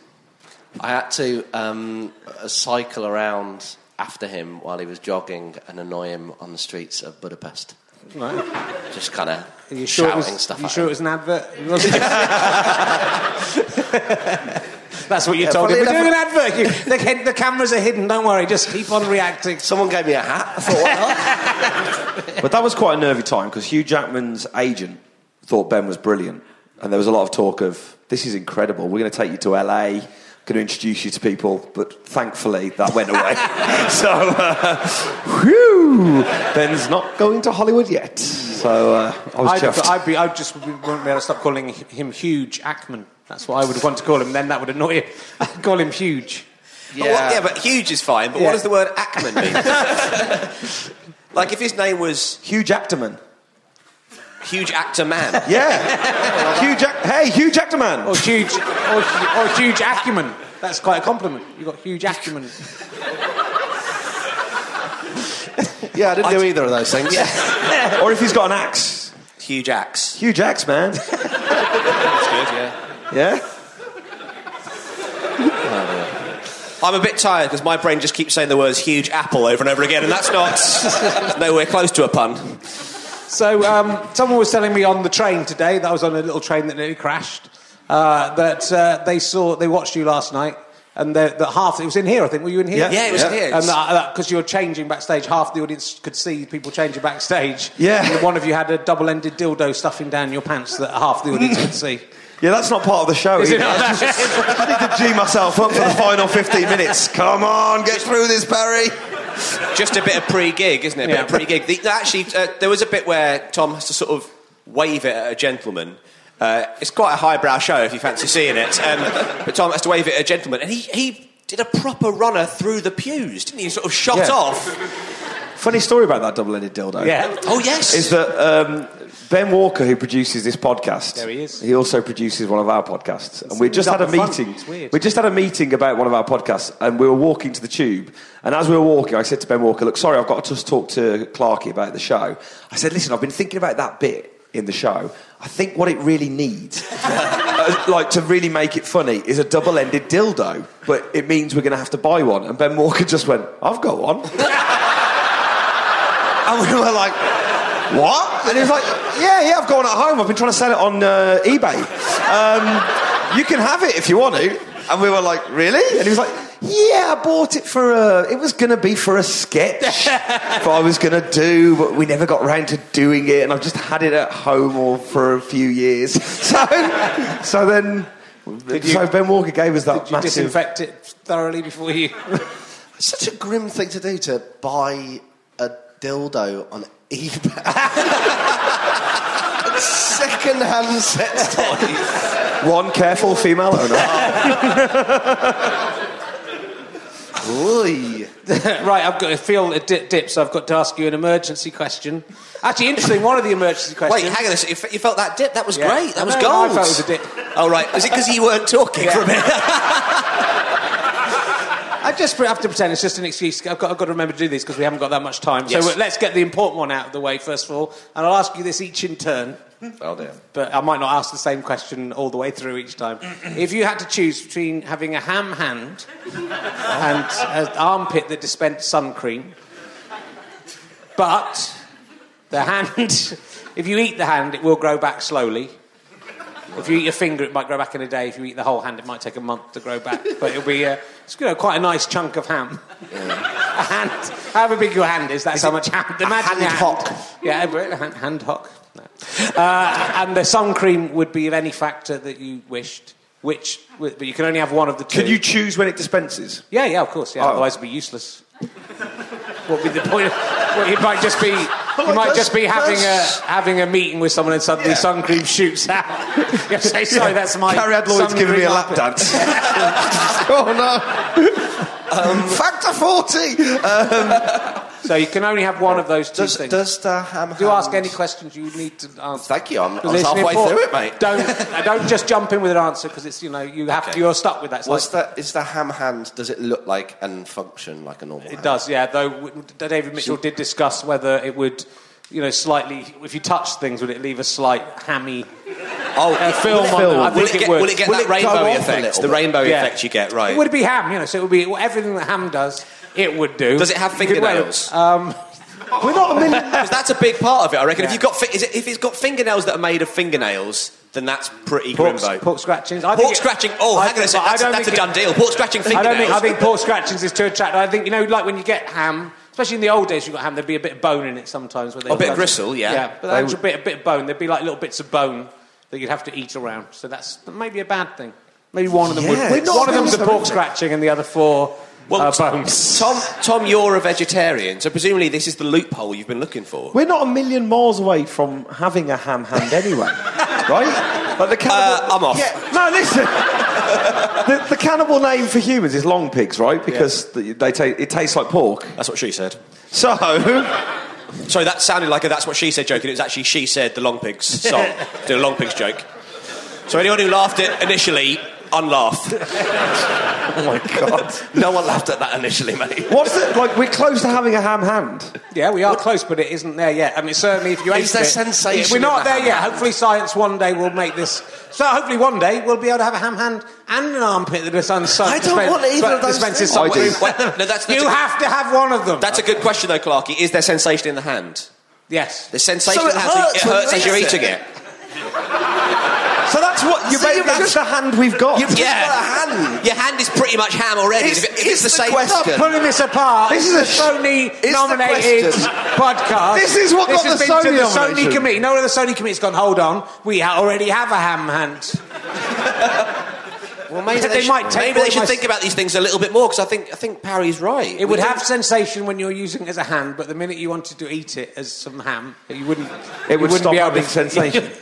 S9: I had to um, uh, cycle around after him while he was jogging and annoy him on the streets of Budapest.
S6: Right.
S9: Just kind of
S6: Are you sure
S9: shouting
S6: it was?
S9: stuff
S6: you
S9: at
S6: sure it
S9: him.
S6: was an advert? It wasn't- That's what you
S2: Yeah,
S6: told him.
S2: funny
S6: We're doing an
S2: enough-
S6: advert. You, the, hid- the cameras are hidden. Don't worry. Just keep on reacting.
S2: Someone gave me a hat. I thought, what the hell?
S4: But that was quite a nervy time because Hugh Jackman's agent thought Ben was brilliant, and there was a lot of talk of this is incredible. We're going to take you to LA, going to introduce you to people. But thankfully, that went away. so, uh, whew, Ben's not going to Hollywood yet. So uh, I was
S6: I'd,
S4: chuffed.
S6: I'd be. I just would- wouldn't be able to stop calling him huge Ackman. That's what I would want to call him. Then that would annoy him. I'd call him huge.
S7: But what- yeah, but huge is fine. But
S6: Yeah.
S7: what does the word Ackman mean? like if his name was
S4: Hugh Jackman.
S7: Huge Actor Man.
S4: Yeah. Hugh Jack- hey, Hugh Jackman.
S6: Or huge. Or, hu- or huge Ackman. That's quite a compliment. You have got huge Ackman.
S2: Yeah, I didn't do either of those things. Yeah.
S4: Or if he's got an axe.
S7: Huge Axe.
S4: Hugh Jacks, man.
S7: That's good, yeah.
S4: Yeah?
S7: I'm a bit tired because my brain just keeps saying the words huge apple over and over again, and that's not nowhere close to a pun.
S6: So um, someone was telling me on the train today that I was on a little train that nearly crashed. Uh, that uh, they saw, they watched you last night, and that that half it was in here. I think were you in here?
S4: Yeah. Yeah, it was in
S7: here.
S6: And because you're changing backstage, half the audience could see people changing backstage.
S4: Yeah.
S6: And one of you had a double-ended dildo stuffing down your pants that half the audience could see.
S4: Yeah, that's not part of the show.
S6: Is it
S4: either.
S6: not?
S4: I, just- I need to G myself up for the final 15 minutes. Come on, get through this, Barry.
S7: Just a bit of pre-gig, isn't it? A
S6: Yeah.
S7: bit of pre-gig. The, actually, uh, there was a bit where Tom has to sort of wave it at a gentleman. Uh, it's quite a highbrow show if you fancy seeing it. Um, but Tom has to wave it at a gentleman, and he, he did a proper runner through the pews, didn't he? He sort of shot
S4: Yeah.
S7: off.
S4: Funny story about that double-ended dildo.
S6: Yeah.
S7: Oh yes.
S4: Is that um, Ben Walker, who produces this podcast?
S6: There he is.
S4: He also produces one of our podcasts, and we just had a
S6: double fun.
S4: meeting.
S6: It's weird.
S4: We just had a meeting about one of our podcasts, and we were walking to the tube. And as we were walking, I said to Ben Walker, "Look, sorry, I've got to just talk to Clarkey about the show." I said, "Listen, I've been thinking about that bit." In the show, I think what it really needs, uh, like to really make it funny, is a double-ended dildo. But it means we're going to have to buy one. And Ben Walker just went, "I've got one." And we were like, what? And he was like, yeah, yeah, I've got one at home. I've been trying to sell it on uh, eBay. Um, you can have it if you want to. And we were like, really? And he was like, yeah, I bought it for a, it was going to be for a sketch that I was going to do, but we never got round to doing it. And I've just had it at home all for a few years. So, so then, so Ben Walker gave us that
S6: Did you
S4: massive.
S6: disinfect it thoroughly before you?
S2: Such a grim thing to do to buy a dildo on eBay. Second-hand sex toys.
S4: One careful female owner.
S2: Oy.
S6: right, I've got to feel a dip, dip, so I've got to ask you an emergency question. Actually, interesting. One of the emergency questions.
S7: Wait, hang on a second. You fe- You felt that dip? That was
S6: Yeah.
S7: great. That
S6: I
S7: was
S6: know,
S7: gold.
S6: I felt it was a dip.
S7: Oh, right. Is it because you weren't talking for a minute?
S6: I just have to pretend it's just an excuse. I've got, I've got to remember to do these because we haven't got that much time. So
S7: Yes.
S6: let's get the important one out of the way first of all, and I'll ask you this each in turn.
S2: Oh, dear.
S6: But I might not ask the same question all the way through each time. if you had to choose between having a ham hand and an armpit that dispensed sun cream, but the hand, if you eat the hand, it will grow back slowly. If you eat your finger, it might grow back in a day. If you eat the whole hand, it might take a month to grow back. But it'll be uh, it's, you know, quite a nice chunk of ham. A hand, however big your hand is, that's how much ham. Imagine your
S2: hand hock.
S6: Yeah, but a hand, hand hock. No. Uh, and the sun cream would be of any factor that you wished, which, but you can only have one of the two.
S4: Can you choose when it dispenses?
S6: Yeah, yeah, of course. Yeah,
S4: Oh.
S6: otherwise it'd be useless. what would be the point? Of, well, you might just be you might
S4: Oh, that's-
S6: just be having a
S4: that's-
S6: having a meeting with someone and suddenly sun cream shoots out. you have to say, sorry, that's my.
S4: Carrie Ad Lloyd's
S6: sun
S4: giving me
S6: cream
S4: a lap
S6: armpit."
S4: dance. oh no. Factor 40.
S6: So you can only have one of those two
S2: Does,
S6: things.
S2: does the ham
S6: Do ask
S2: hand-
S6: any questions you need to answer.
S2: Thank you. I'm, I
S6: Because
S2: was
S6: it's an
S2: halfway
S6: important-
S2: through it, mate.
S6: Don't uh, don't just jump in with an answer because it's you know you have to,
S2: Okay.
S6: you're stuck with that. It's
S2: What's
S6: like-
S2: the, is the ham hand, does it look like and function like a normal
S6: It does, yeah. Though w- David Mitchell did discuss whether it would, you know, slightly if you touch things, would it leave a slight hammy
S7: Oh,
S6: uh, film on them? I
S7: Will
S6: think
S7: it get,
S6: would.
S7: will it get that
S2: go
S7: rainbow
S2: off a
S7: effect?
S2: little
S7: The
S2: bit?
S7: rainbow
S6: Yeah.
S7: effect you get, right?
S6: It would be ham, you know. So it would be everything that ham does. It would do.
S7: Does it have
S6: You could wear it.
S7: fingernails?
S6: Um, we're not a million.
S7: 'Cause that's a big part of it, I reckon.
S6: Yeah.
S7: If you've got, fi- is it, if it's got fingernails that are made of fingernails, then that's pretty
S6: Pork,
S7: grimbo.
S6: pork scratchings. I
S7: Pork
S6: think it-
S7: scratching. Oh,
S6: I
S7: hang on a
S6: think-
S7: second.
S6: I
S7: That's,
S6: don't
S7: that's a
S6: think
S7: done
S6: it-
S7: deal. Pork scratching
S6: I
S7: fingernails.
S6: don't think I think pork scratchings is too attractive. I think you know, like when you get ham, especially in the old days, you got ham. There'd be a bit of bone in it sometimes. Where they
S7: A bit of gristle, yeah.
S6: Yeah, but that extra bit, a bit of bone. There'd be like little bits of bone that you'd have to eat around. So that's maybe a bad thing. Maybe one of them
S4: Yeah,
S6: would.
S4: it's
S6: One of
S4: not
S6: them's a
S4: so
S6: pork
S4: much-
S6: scratching, and the other four
S7: Well,
S6: are Uh, bones.
S7: Tom, Tom, you're a vegetarian, so presumably this is the loophole you've been looking for.
S4: We're not a million miles away from having a ham hand anyway, right? Like the cannibal,
S7: Uh, I'm off.
S4: Yeah, no, listen. the, the cannibal name for humans is long pigs, right? Because the- they ta- it tastes like pork. Oh
S7: That's what she said.
S4: So
S7: Sorry, that sounded like a that's what she said joke, and it was actually she said the long pigs song, the long pigs joke. So anyone who laughed it initially, unlaugh.
S4: Oh my god.
S7: No one laughed at that initially, mate.
S4: What's the, like? We're close to having a ham hand.
S6: Yeah, we are close, but it isn't there yet. I mean, certainly if you ate
S5: Is there
S6: it,
S5: sensation
S6: We're not
S5: in the
S6: there
S5: ham
S6: yet.
S5: hand?
S6: Hopefully, science one day will make this. So hopefully, one day we'll be able to have a ham hand and an armpit that is unsucked.
S4: I don't want either of those things.
S6: dispenses somewhat
S4: I do.
S6: with-
S7: Well, no, that's- that's
S6: you
S7: a-
S6: have to have one of them.
S7: That's a good question though, Clarky. Is there sensation in the hand?
S6: yes.
S7: The sensation
S5: So
S7: in
S5: it
S7: the hand, so
S5: hurts
S7: it
S5: when
S7: hurts
S5: you
S7: as you're
S5: eat it.
S7: eating it.
S4: So that's what you.
S5: So
S4: ba-
S5: you've just-
S4: that's the hand we've got.
S5: You've
S7: Yeah.
S5: just got a hand.
S7: Your hand is pretty much ham already.
S5: Is-
S7: if it- if
S5: is
S7: it's the,
S5: the
S7: same
S5: question-
S6: Stop pulling this apart.
S4: This is a sh-
S6: Sony
S5: the
S6: nominated
S5: question.
S6: podcast.
S4: This is what got
S6: has
S4: the
S6: been to
S4: Sony
S6: the
S4: nomination.
S6: Sony committee. No, the Sony committee's gone. Hold on, we ha- already have a ham hand.
S7: Well, maybe
S6: They might take
S7: maybe
S6: away
S7: they should
S6: my-
S7: think about these things a little bit more because I think I think Parry's right.
S6: It would have sensation when you're using it as a hand, but the minute you wanted to eat it as some ham, you wouldn't.
S4: It would
S6: you wouldn't
S4: stop
S6: be able
S4: having
S6: to-
S4: sensation. Oh,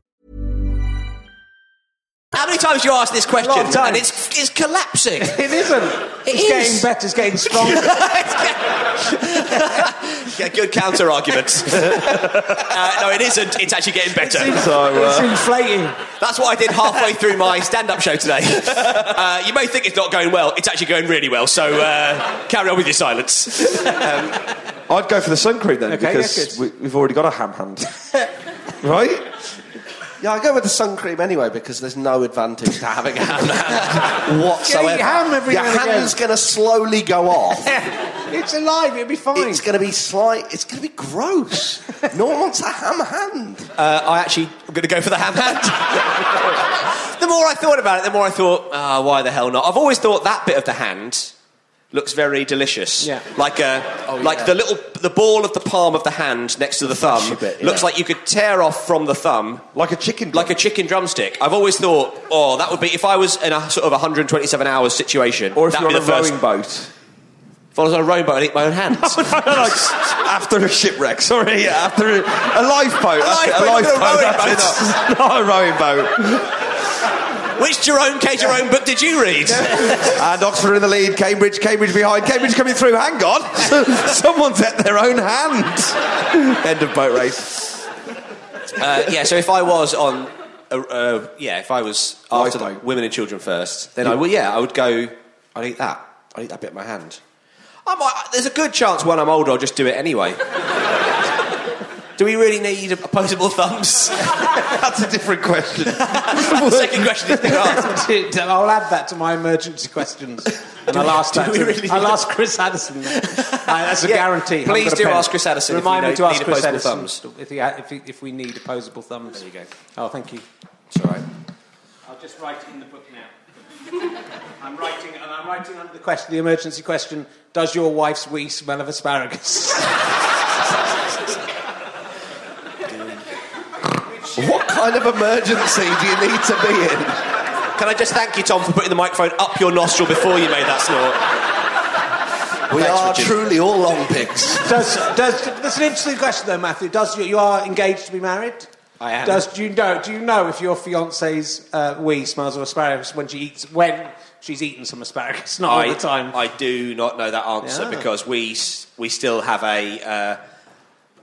S7: how many times you asked this question
S6: lot of times.
S7: and it's it's collapsing.
S6: It isn't. it's
S7: is.
S6: getting better. It's getting stronger.
S7: yeah, good counter argument. uh, no, it isn't. It's actually getting better.
S4: uh,
S6: it's inflating.
S7: That's what I did halfway through my stand-up show today. Uh, you may think it's not going well. It's actually going really well. So uh, carry on with your silence.
S4: I'd go for the sun cream then
S6: Okay, yeah,
S4: because
S6: good.
S4: we, we've already got a ham hand, right?
S5: Yeah, I go with the sun cream anyway because there's no advantage to having a hand whatsoever.
S6: Yeah, you ham every
S5: Your
S6: now and again.
S5: hand's going to slowly go off.
S6: it's alive. It'll be fine.
S5: It's going to be slight. It's going to be gross. no one wants a ham hand.
S7: Uh, I actually am going to go for the ham hand. the more I thought about it, the more I thought, ah, why the hell not? I've always thought that bit of the hand looks very delicious.
S6: Yeah.
S7: Like a,
S4: Oh,
S6: yeah.
S7: like the little the ball of the palm of the hand next to the thumb
S6: bit, yeah.
S7: looks like you could tear off from the thumb
S4: like a chicken
S7: like a chicken drumstick. I've always thought, oh, that would be if I was in a sort of 127 hours situation.
S4: Or if
S7: that'd
S4: you're
S7: be
S4: on a
S7: the first-
S4: rowing boat.
S7: If I was on a rowing boat, I'd eat my own hands.
S4: after a shipwreck, sorry, yeah, after a, a lifeboat, that's it, a
S7: lifeboat,
S4: lifeboat,
S7: not a rowing
S4: that's it, not, not a rowing boat.
S7: Which Jerome K. Jerome book did you read?
S4: and Oxford in the lead, Cambridge, Cambridge behind, Cambridge coming through. Hang on, someone's at their own hand. End of boat race.
S7: uh, yeah, so if I was on, a, uh, yeah, if I was after the
S4: Lifeboat.
S7: women and children first, then I would, yeah, I would go, I'd eat that. I'd eat that bit of my hand. I might, there's a good chance when I'm older I'll just do it anyway. do we really need opposable thumbs?
S4: That's a different question.
S7: That's the second question that's been asked.
S6: I'll add that to my emergency questions. And I'll ask
S7: do
S6: that.
S7: we
S6: to-
S7: really
S6: I'll
S7: need-
S6: ask Chris Addison. that. I- that's a
S7: Yeah,
S6: guarantee.
S7: please
S6: I've got a
S7: do
S6: pen.
S7: ask Chris Addison if
S6: Remind
S7: we
S6: me
S7: know-
S6: to ask
S7: need
S6: Chris
S7: opposable
S6: Addison
S7: thumbs.
S6: If, he, ha- if, he, if we need opposable thumbs. There you go. Oh, thank you.
S7: It's all right.
S6: I'll just write it in the book now. I'm writing, and I'm writing under the question, the emergency question: Does your wife's wee smell of asparagus?
S4: What kind of emergency do you need to be in?
S7: Can I just thank you, Tom, for putting the microphone up your nostril before you made that snort?
S5: We
S7: Thanks,
S5: are
S7: Richard.
S5: truly all long pigs.
S6: does, does that's an interesting question though, Matthew? Does you, you are engaged to be married?
S7: I am.
S6: Does do you know? Do you know if your fiance's uh, wee smells of asparagus when she eats when she's eaten some asparagus? Not all the time.
S7: I do not know that answer
S6: Yeah.
S7: because we s- we still have a. Uh,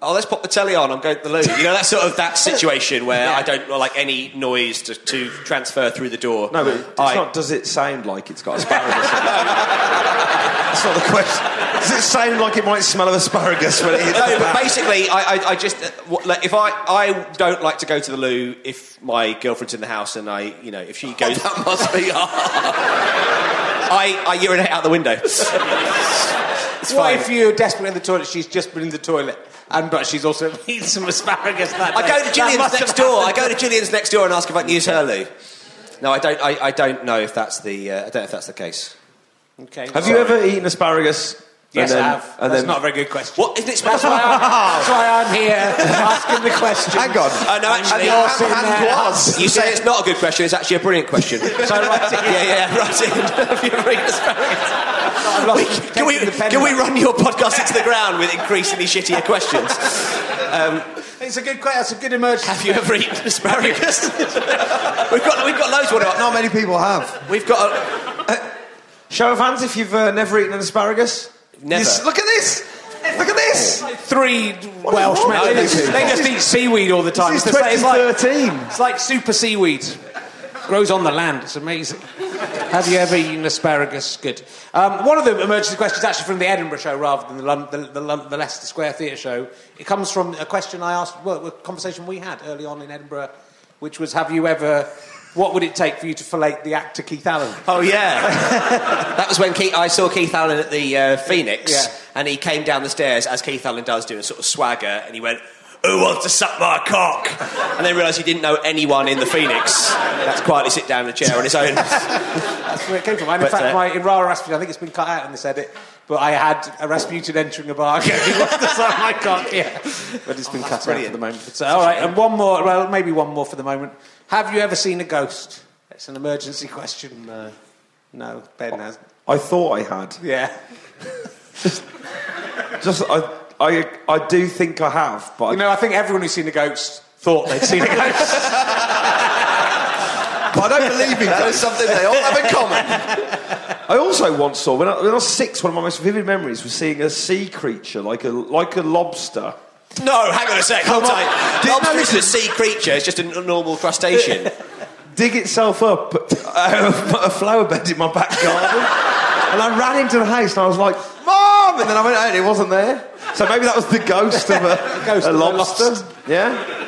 S7: oh, let's pop the telly on. I'm going to the loo. You know that sort of that situation where I don't like any noise to, to transfer through the door.
S4: No, but it's
S7: I-
S4: not. Does it sound like it's got asparagus? in it? That's not the question. Does it sound like it might smell of asparagus when it hits
S7: No,
S4: the
S7: but
S4: pan?
S7: basically, I, I, I just uh, what- like, if I I don't like to go to the loo if my girlfriend's in the house and I you know if she goes that must be I I urinate out the window. it's
S6: what
S7: fine.
S6: if you're desperate in the toilet? She's just been in the toilet, and but she's also eaten some asparagus. That
S7: I
S6: day.
S7: go to
S6: That
S7: Julian's
S6: must have
S7: next door. I
S6: happened.
S7: go to Julian's next door and ask if I can use her loo. No, I don't. I, I don't know if that's the. Uh, I don't know if that's the case.
S6: Okay.
S4: Have you ever eaten asparagus?
S6: Yes,
S4: and then,
S6: I have.
S4: And
S6: That's
S4: then,
S6: not a very good question.
S7: What isn't it?
S6: That's why, I'm, that's why I'm here asking the question.
S4: Hang on.
S7: Oh, no, actually,
S6: And you're sitting
S7: hand
S6: there.
S7: was. You say it's not a good question. It's actually a brilliant question. so
S6: write it in.
S7: Yeah, yeah, write it. in. If you read asparagus.
S6: I've lost
S7: We-
S6: taking
S7: can we
S6: the pen
S7: can we
S6: back.
S7: run your podcast into the ground with increasingly shittier questions?
S6: It's a good question. It's a good emergency.
S7: Have you ever eaten asparagus? we've got we've got loads. What about?
S4: Not many people have.
S7: We've got. A,
S4: Show of hands if you've uh, never eaten an asparagus.
S7: Never.
S4: Yes, look at this. Look at this.
S6: Three Welsh
S4: wrong
S6: men.
S4: with
S6: They,
S4: these
S6: just-
S4: people?
S6: they just eat seaweed all the time.
S4: This is
S6: It's the same- it's like-
S4: 2013.
S6: It's like super seaweed. Grows on the land. It's amazing. Have you ever eaten asparagus? Good. Um, one of the emergency questions, actually from the Edinburgh show rather than the, Lon- the, the, Lon- the Leicester Square Theatre show, it comes from a question I asked, well, a conversation we had early on in Edinburgh, which was, have you ever, what would it take for you to fellate the actor Keith Allen?
S7: Oh yeah, that was when Keith, I saw Keith Allen at the uh, Phoenix,
S6: Yeah.
S7: and he came down the stairs as Keith Allen does, doing a sort of swagger, and he went, "Who wants to suck my cock?" And then realised he didn't know anyone in the Phoenix. That's quietly sit down in a chair on his own.
S6: That's where it came from. And in
S7: But,
S6: fact,
S7: uh,
S6: my in Rara Rasputin, I think it's been cut out in this edit, but I had a Rasputin entering a bar. going, what the hell? I can't. Yeah, but it's been cut out
S7: brilliant.
S6: for the moment. But, uh, all right, and one more. Well, maybe one more for the moment. Have you ever seen a ghost? It's an emergency question. No, no, Ben has.
S4: I thought I had.
S6: Yeah,
S4: Just I, I, I do think I have, but I,
S6: you know, I think everyone who's seen a ghost thought they'd seen a ghost.
S4: but I don't believe in
S5: That is
S4: ghosts.
S5: something they all have in common.
S4: I also once saw when I, when I was six. One of my most vivid memories was seeing a sea creature, like a like a lobster.
S7: no, hang on a sec. Hold
S4: Come on.
S7: tight.
S4: Did-
S7: Lobster
S4: no,
S7: is a sea creature. It's just a n- normal crustacean.
S4: dig itself up uh, a flower bed in my back garden. and I ran into the house and I was like, Mom! And then I went out and it wasn't there. So maybe that was the ghost of a,
S6: Ghost
S4: a
S6: of a
S4: lobster.
S6: lobster.
S4: Yeah?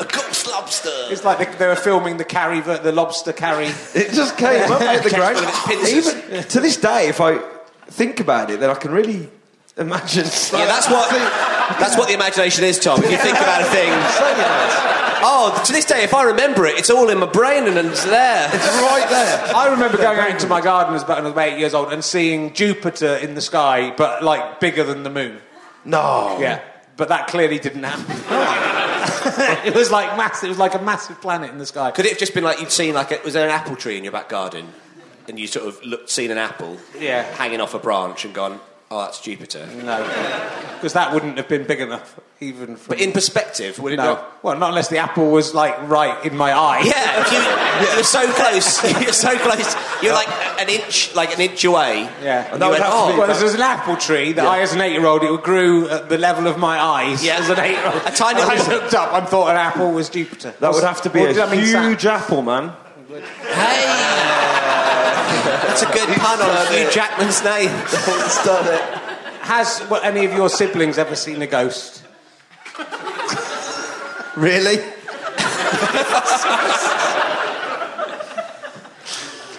S7: a cook's lobster.
S6: it's like they, they were filming the carry, ver- the lobster carry.
S4: It just came up out of the ground.
S7: one of its pincers.
S4: Even to this day, if I think about it, then I can really imagine.
S7: Yeah, that's what that's what the imagination is, Tom. If you think about a thing,
S4: So, you know,
S7: Oh, to this day, if I remember it, it's all in my brain and it's there.
S4: It's right there.
S6: I remember going out into my garden as about when I was about eight years old and seeing Jupiter in the sky, but like bigger than the moon.
S4: No.
S6: Yeah, but that clearly didn't happen. it was like mass. It was like a massive planet in the sky.
S7: Could it have just been like you'd seen like a, was there an apple tree in your back garden, and you sort of looked seen an apple,
S6: Yeah.
S7: hanging off a branch and gone, oh, that's Jupiter.
S6: No, because that wouldn't have been big enough, even. From,
S7: But in perspective, would it
S6: no,
S7: not?
S6: well, not unless the apple was like right in my eye.
S7: Yeah, if you, you're so close. You're so close. You're like an inch, like an inch away.
S6: Yeah,
S7: And you went, oh,
S6: well, this was an apple tree that I, as an eight-year-old, it grew at the level of my eyes.
S7: Yeah.
S6: as an eight-year-old,
S7: A tiny
S6: I
S7: little-
S6: looked up and thought an apple was Jupiter.
S4: That would have to be
S6: Or did
S4: a
S6: I mean Saturn?
S4: huge apple, man.
S7: hey, that's a good pun on Hugh Jackman's name.
S6: Has well, any of your siblings ever seen a ghost?
S4: Really?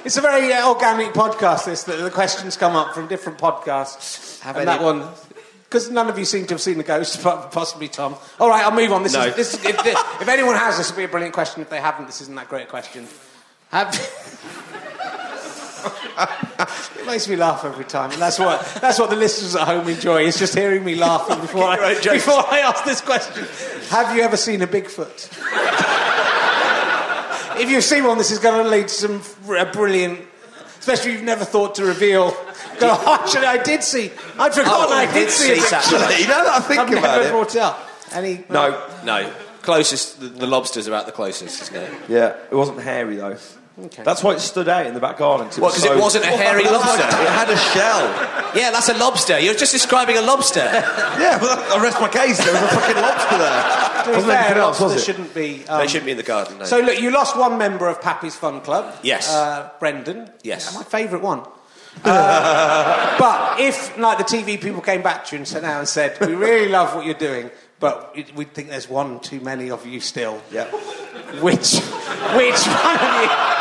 S6: It's a very uh, organic podcast. This the, the questions come up from different podcasts. Have and
S7: any-
S6: that one because none of you seem to have seen the ghost, but possibly Tom. All right, I'll move on. This
S7: No.
S6: is, this, if, if anyone has, this will be a brilliant question. If they haven't, this isn't that great a question. Have. It makes me laugh every time, and that's what that's what the listeners at home enjoy. Is just hearing me laughing before I, before I ask this question. Have you ever seen a Bigfoot? if you've seen one, this is going to lead to some r- a brilliant, especially if you've never thought to reveal. Go, actually, I did see. I'd
S7: Oh,
S6: forgotten I did see it.
S7: Saturn.
S4: You know that I think
S6: I've
S4: about
S6: never
S4: it.
S6: brought it up. Any?
S4: No.
S7: No, closest. The, the lobster's about the closest, isn't it?
S4: Yeah, it wasn't hairy though. That's why it stood out in the back garden.
S7: Well, 'cause it wasn't a hairy lobster.
S4: It had a shell.
S7: Yeah, that's a lobster. You're just describing a lobster.
S4: Yeah, but that- I rest my case. There was a fucking lobster there.
S6: To be
S4: Wasn't
S6: fair,
S4: anything else,
S6: lobster
S4: was it?
S6: shouldn't be. um,
S7: they shouldn't be in the garden. No.
S6: So look, you lost one member of Pappy's Fun Club.
S7: Yes.
S6: Uh, Brendan.
S7: Yes.
S6: My favourite one. Uh, but if, like, the TV people came back to you and sat down and said, "We really love what you're doing, but we- we think there's one too many of you still,"
S4: Yeah.
S6: which, which one of you,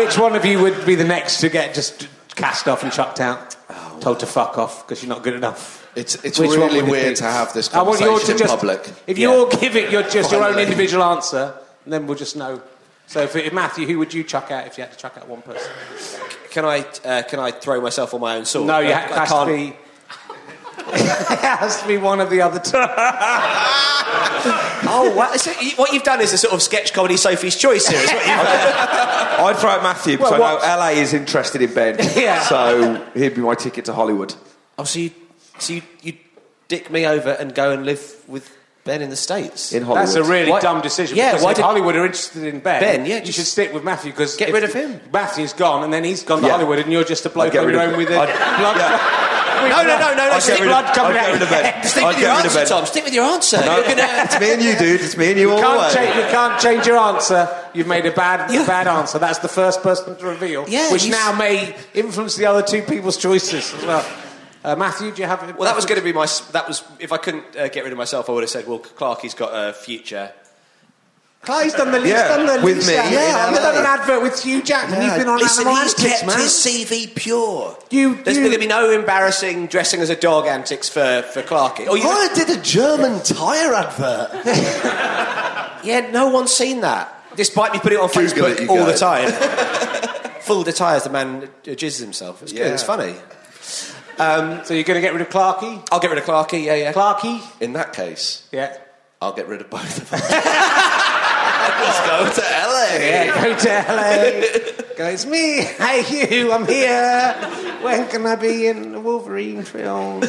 S6: which one of you would be the next to get just cast off and chucked out, told to fuck off because you're not good enough?
S5: It's, it's
S6: Which one
S5: really
S6: would it
S5: weird
S6: be?
S5: to have this
S6: I want
S5: conversation
S6: you all to
S5: in
S6: just,
S5: public.
S6: If you
S7: Yeah.
S6: all give it your, just your own
S5: Finally.
S6: individual answer, and then we'll just know. So, for Matthew, who would you chuck out if you had to chuck out one person?
S7: Can I uh, can I throw myself on my own sword?
S6: No, you
S7: I,
S6: ha- it
S7: I
S6: has
S7: can't.
S6: to be. it has to be one of the other two.
S7: Oh, what, is it, you- what you've done is a sort of sketch comedy Sophie's Choice here. Is what you've
S4: I'd throw out Matthew because
S6: Well, what-
S4: I know LA is interested in Ben.
S6: Yeah.
S4: So he'd be my ticket to Hollywood.
S7: oh, so you so you, you dick me over and go and live with Ben in the states.
S4: In Hollywood.
S6: That's a really
S7: Why-
S6: dumb decision.
S7: Yeah,
S6: because
S7: why
S6: if
S7: did-
S6: Hollywood are interested in Ben?
S7: Ben, yeah,
S6: you
S7: just-
S6: should stick with Matthew because
S7: Get
S6: if
S7: rid of him.
S6: Matthew's gone, and then he's gone to
S4: Yeah.
S6: Hollywood, and you're just a bloke
S4: get
S6: on
S4: rid
S6: your
S4: of
S6: own
S4: Ben.
S6: with a blood.
S4: I'd-
S6: with
S7: No, no,
S6: blood-
S7: no, no, no.
S4: I'd
S7: Stick,
S4: get rid
S6: blood
S4: of,
S6: coming
S4: I'd
S6: out
S4: get rid of
S6: of your
S4: Ben.
S6: head.
S7: stick
S4: I'd
S7: with your
S4: get rid of
S7: answer,
S4: Ben.
S7: Tom. Stick with your answer. You're gonna-
S4: It's me and you, dude. It's me and you, all the way.
S6: Can't change, you can't change your answer. You've made a bad,
S7: Yeah.
S6: bad answer. That's the first person to reveal,
S7: Yeah,
S6: which
S7: he's-
S6: now may influence the other two people's choices as well. Uh, Matthew, do you have?
S7: well, that was going to be my. s- That was if I couldn't uh, get rid of myself, I would have said, "Well, Clarky's got a future."
S6: Clay's done the least.
S4: Yeah,
S6: done the
S4: with
S6: least
S4: me
S6: out-
S4: in
S6: Yeah, I've
S4: LA.
S6: done an advert with Hugh Jackman. he's been on Animal Antics, man.
S7: CV pure.
S6: You-
S7: There's
S6: you-
S7: going to be no embarrassing dressing as a dog antics for for Clarky. Oh, you-
S5: I did a German tyre advert.
S7: Yeah, no one's seen that. Despite me putting it on
S5: Google
S7: Facebook
S5: it, you
S7: all the
S5: guys.
S7: time. Full of the tyres, the man uh, jizzes himself. It's good, it's funny. Um,
S6: So you're going to get rid of Clarky?
S7: I'll get rid of Clarky, yeah, yeah.
S6: Clarky?
S5: In that case,
S6: Yeah.
S5: I'll get rid of both of them. Let's go to LA.
S6: Yeah, go to LA. go, it's me. Hey, Hugh, I'm here. When can I be in the Wolverine film?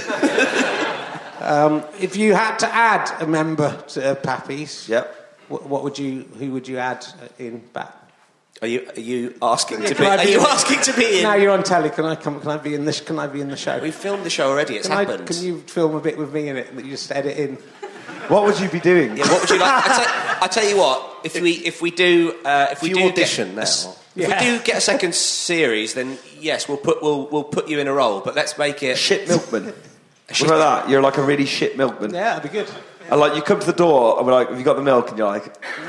S6: um, if you had to add a member to uh, Pappy's,
S4: Yep.
S6: what, what would you? Who would you add uh, in back?
S7: Are you are you asking to
S6: Can
S7: be
S6: I
S7: Are
S6: be
S7: you
S6: in-
S7: asking to be in?
S6: Now you're on telly. Can I come? Can I be in this? Can I be in the show?
S7: We've filmed the show already, it's
S6: can, I,
S7: happened.
S6: can you film a bit with me in it that you just edit in?
S4: What would you be doing?
S7: Yeah, what would you like? I tell, I tell you what, if we if we do uh, if we
S5: you
S7: do get
S5: audition
S7: a s-
S5: now.
S7: If
S6: Yeah.
S7: we do get a second series, then yes, we'll put we'll we'll put you in a role, but let's make it
S4: Shit milkman. What about that? You're like a really shit milkman.
S6: Yeah, that'd be good.
S4: And like you come to the door and we're like, have you got the milk? And you're like,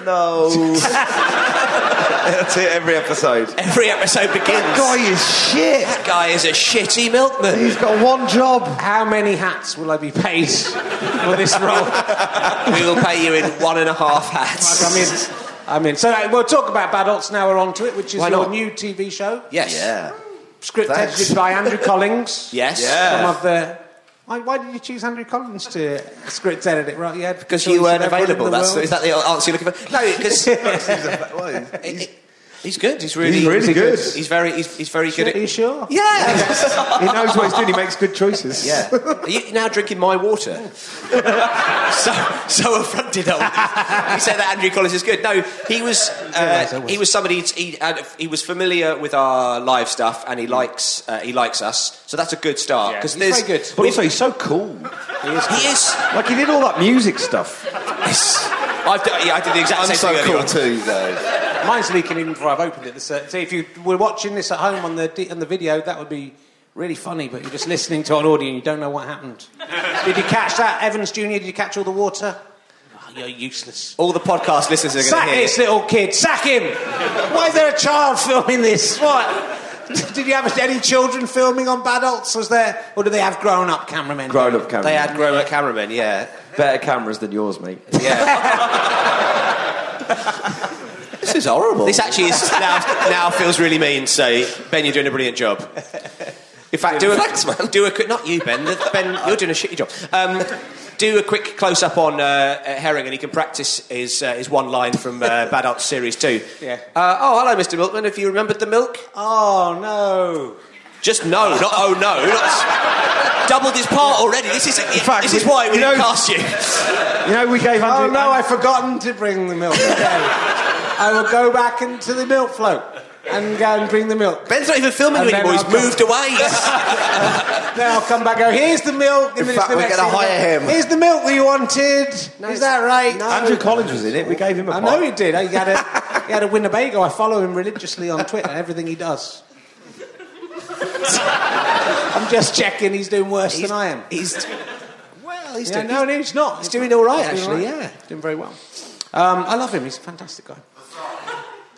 S4: no. That's it, every episode.
S7: Every episode begins.
S4: That guy is shit.
S7: That guy is a shitty milkman.
S4: He's got one job.
S6: How many hats will I be paid for this role?
S7: we will pay you in one and a half hats.
S6: I'm in. I'm in. So uh, we'll talk about Bad Odds now. We're on to it, which is
S7: Why
S6: your
S7: not?
S6: new TV show.
S7: Yes.
S5: Yeah.
S6: Script
S5: Thanks.
S6: edited by Andrew Collins.
S7: Yes.
S6: Some of the. Why, why did you choose Andrew Collins to script edit it? Right, yeah.
S7: Because you weren't available. That's, is that the answer you're looking for? No, because
S4: He's,
S7: he's good. He's really,
S4: He's really good.
S7: He's very, he's, he's very good
S6: Are you
S7: at.
S6: sure?
S7: Yeah.
S4: he knows what he's doing. He makes good choices.
S7: Yeah. Are you now drinking my water? so, so affronted. I was. He said that Andrew Collins is good. No, he was. Uh, he was somebody. He, had, he was familiar with our live stuff, and he likes. Uh, he likes us. So that's a good start. Because
S6: he's
S7: there's
S6: very good.
S4: But also, he's so cool.
S7: he is.
S4: Like, he did all that music stuff.
S7: I've done, yeah, I did the exact
S5: I'm
S7: same
S5: so
S7: thing. earlier
S5: cool
S7: on.
S5: too, though.
S6: Mine's leaking even before I've opened it. This, uh, so if you were watching this at home on the d- on the video, that would be really funny. But you're just listening to an audio and you don't know what happened. did you catch that, Evans Junior? Did you catch all the water? Oh, you're useless.
S7: All the podcast listeners are going
S6: Sack
S7: to hear.
S6: this little kid. Sack him. Why is there a child filming this? What? Did you have any children filming on Bad Alts? Was there, or do they have grown-up cameramen?
S4: Grown up camera.
S7: They had grown-up cameramen. Yeah.
S4: better cameras than yours, mate.
S5: This is horrible.
S7: This actually is now, now feels really mean. So Ben, you're doing a brilliant job. In fact, do a
S5: Thanks, man.
S7: Do a quick, not you, Ben. The- Ben, you're doing a shitty job. Um, do a quick close up on uh, uh, Herring, and he can practice his uh, his one line from uh, Bad Ops Series Two.
S6: Yeah.
S7: Uh, oh, hello, Mr. Milkman. Have you remembered the milk?
S6: Oh no.
S7: Just no, not oh no. Not, doubled his part already. This is
S4: fact,
S7: this is
S4: we-
S7: why we
S4: you know-
S7: didn't cast you.
S4: You know, we gave
S6: Oh
S4: Andrew.
S6: no, I've forgotten to bring the milk. Okay. I will go back into the milk float and go and bring the milk.
S7: Ben's not even filming
S6: And
S7: you anymore.
S6: then
S7: He's
S6: I'll come-
S7: moved away.
S6: Then I'll come back. and Go. Here's the milk.
S5: In fact, we're
S6: going
S5: gonna
S6: to
S5: hire him.
S6: Here's the milk we wanted. Is that right?
S4: Andrew Collins was in it. We gave him a
S6: I
S4: part.
S6: know he did. He had a he had a Winnebago. I follow him religiously on Twitter. Everything he does. I'm just checking. He's doing worse than I am.
S7: he's well, he's
S6: Yeah,
S7: doing.
S6: no, no, he's not. He's doing all right, actually. Yeah, doing very well. Um, I love him. He's a fantastic guy.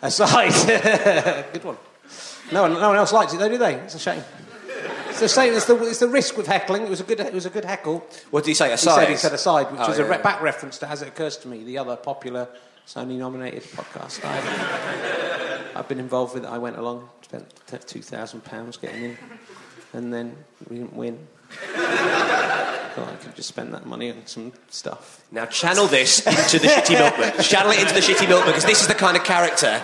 S6: Aside, good one. No one, no one else likes it, though, do they? It's a shame. It's the same. It's the, it's the risk with heckling. It was a good. It was a good heckle.
S7: What did he say?
S6: He said he
S7: Asides?
S6: said aside, which
S7: Oh,
S6: was
S7: yeah,
S6: a re-
S7: yeah.
S6: back reference to As It Occurs to Me, the other popular Sony-nominated podcast. I've, I've been involved with. it. I went along, spent t- two thousand pounds getting in, and then we didn't win. Thought I could just spend that money on some stuff.
S7: Now channel this into the shitty milkman. Channel it into the shitty milkman because this is the kind of character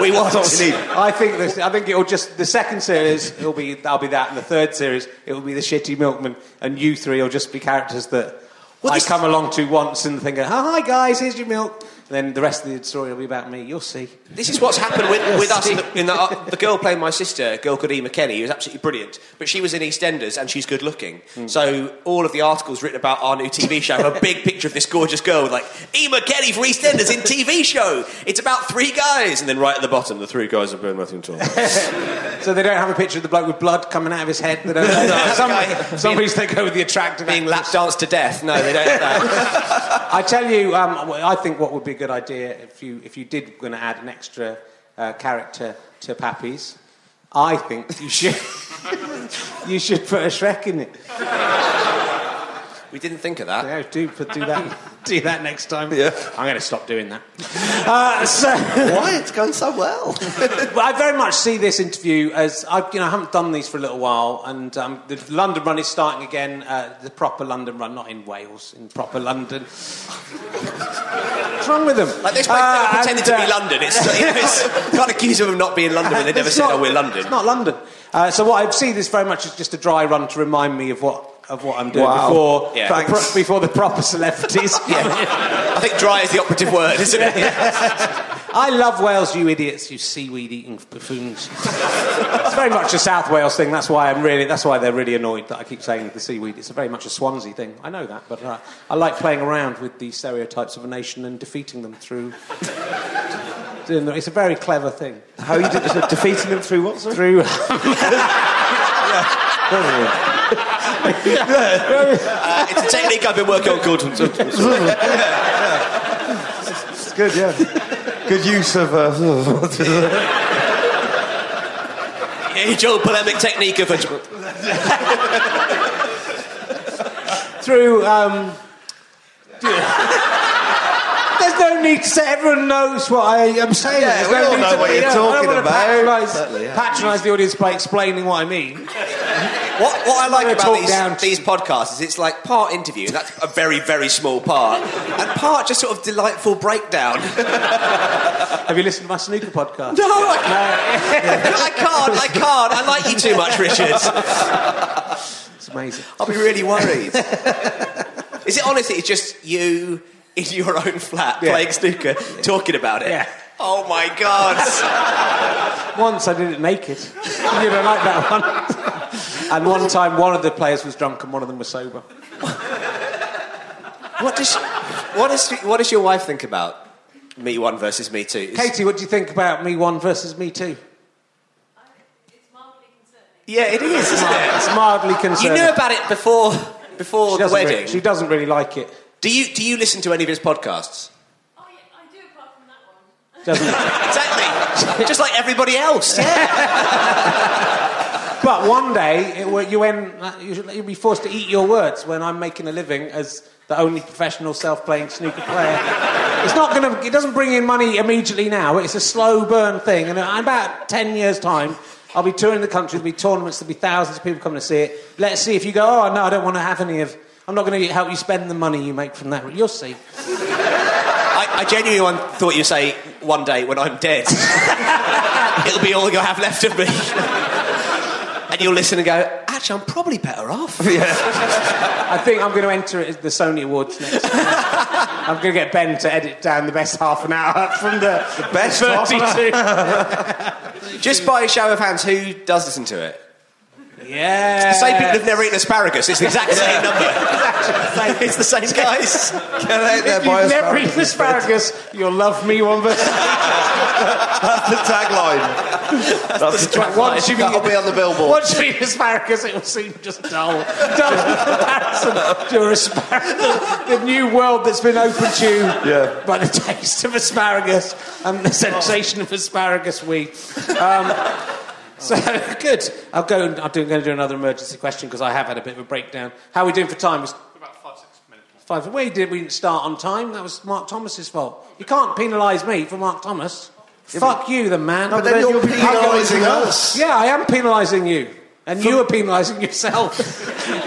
S7: we want.
S4: That's what we need.
S6: I think this, I think it'll just the second series it'll be that'll be that, and the third series it'll be the shitty milkman, and you three will just be characters that
S7: Well,
S6: I
S7: this-
S6: come along to once and think, oh, "Hi guys, here's your milk." And then the rest of the story will be about me. You'll see.
S7: This is what's happened with, with us. In the, in the, uh, the girl playing my sister, a girl called E. McKenny, who's absolutely brilliant, but she was in EastEnders and she's good looking.
S6: Hmm.
S7: So all of the articles written about our new TV show have a big picture of this gorgeous girl with like, E. McKenny for EastEnders in TV show. It's about three guys. And then right at the bottom, the three guys are Ben Matthew and Tom.
S6: So they don't have a picture of the bloke with blood coming out of his head. They don't. some,
S7: okay.
S6: some reason they go with the attractive.
S7: Being lap
S6: actors.
S7: danced to death. No, they don't have that.
S6: I tell you, um, I think what would be a good idea if you if you did going to add an extra uh, character to Pappy's, I think you should you should put a Shrek in it.
S7: We didn't think of that.
S6: Yeah, do put, do that do that next time.
S4: Yeah.
S6: I'm going to stop doing that. Uh, so.
S5: Why? It's going so well.
S6: Well, I very much see this interview as I, you know, I haven't done these for a little while, and um, the London Run is starting again. Uh, the proper London Run, not in Wales, in proper London. What's wrong with them?
S7: Like this place
S6: Uh,
S7: never pretended to
S6: and,
S7: be
S6: uh,
S7: London. It's, you know, it's can't accuse them of not being London when they never
S6: It's
S7: said,
S6: not-
S7: "Oh, we're London."
S6: It's not London. Uh, so what I see this very much as just a dry run to remind me of what of what I'm doing
S4: Wow.
S6: before
S7: Yeah.
S6: the pro- before the proper celebrities.
S7: I think "dry" is the operative word, isn't it?
S6: I love Wales, you idiots, you seaweed-eating buffoons. it's very much a South Wales thing. That's why I'm really. That's why they're really annoyed that I keep saying the seaweed. It's very much a Swansea thing. I know that, but uh, I like playing around with the stereotypes of a nation and defeating them through. doing the- it's a very clever thing.
S4: How you did, so defeating them through what? Sorry?
S6: Through. um,
S7: Uh, it's a technique I've been working on called.
S4: It's good, yeah. Good use of. Uh,
S7: Age old polemic technique of a.
S6: through. Um, There's no need to say everyone knows what I am saying.
S4: Yeah,
S6: There's
S4: we
S6: no
S4: all
S6: need
S4: know
S6: to
S4: what
S6: be-
S4: you're
S6: yeah, I don't
S4: talking
S6: wanna
S4: about.
S6: patronise-
S4: Certainly, yeah.
S6: Patronise the audience by explaining what I mean.
S7: What, what I like
S6: talk
S7: about these,
S6: down to-
S7: these podcasts is it's like part interview, and that's a very, very small part, and part just sort of delightful breakdown.
S6: Have you listened to my snooker podcast?
S7: No, I, I can't, I can't. I like you too much, Richard.
S6: It's amazing.
S7: I'll be really worried. is it honestly, it's just you in your own flat
S6: Yeah.
S7: playing snooker, talking about it?
S6: Yeah.
S7: Oh my god.
S6: Once I did it naked. you don't like that one. And one time, one of the players was drunk and one of them was sober.
S7: what, does she, what, does she- what does your wife think about me one versus me two? Is-
S6: Katie, what do you think about me one versus me two?
S7: Yeah, it is, isn't it?
S6: It's mildly
S7: You
S6: concerning.
S7: knew about it before before
S6: she
S7: the
S6: doesn't really-
S7: wedding.
S6: she doesn't really like it.
S7: Do you do you listen to any of his podcasts?
S10: Oh,
S6: Doesn't
S7: Exactly. Just like everybody else. Yeah.
S6: But one day, it, will- you end, you- you'll be forced to eat your words when I'm making a living as the only professional self-playing snooker player. It's not going to. It doesn't bring in money immediately now. It's a slow burn thing, and in about ten years' time, I'll be touring the country. There'll be tournaments. There'll be thousands of people coming to see it. Let's see if you go. Oh no, I don't want to have any of. I'm not going to help you spend the money you make from that. You'll see.
S7: I, I genuinely one- thought you'd say one day when I'm dead, it'll be all you'll have left of me. and you'll listen and go, actually, I'm probably better off.
S6: I think I'm going to enter it as the Sony Awards next. year. I'm going to get Ben to edit down the best half an hour from the,
S4: best half an
S6: 32.
S4: hour.
S7: Just by a show of hands, who does listen to it?
S6: Yeah.
S7: The same people who've never eaten asparagus. It's the exact same number.
S6: Exactly the
S7: It's the same guys.
S4: Get out there,
S6: If you've
S4: buy
S6: never
S4: asparagus.
S6: eaten asparagus, you'll love me one versus
S4: That's the tagline. That's the tagline.
S6: Once you
S4: That'll be on the billboard.
S6: Once you eat asparagus, it will seem just dull. Dull in comparison to asparagus. The new world that's been opened to you
S4: Yeah.
S6: by the taste of asparagus and the sensation of asparagus wheat. Um, so, good. I'll go, and- I'm doing- going to do another emergency question because I have had a bit of a breakdown. How are we doing for time? Is- Five. Where did we didn't start on time? That was Mark Thomas's fault. You can't penalise me for Mark Thomas. Fuck you, the man.
S4: but then you're penalising us.
S6: Yeah, I am penalising you, and you are penalising yourself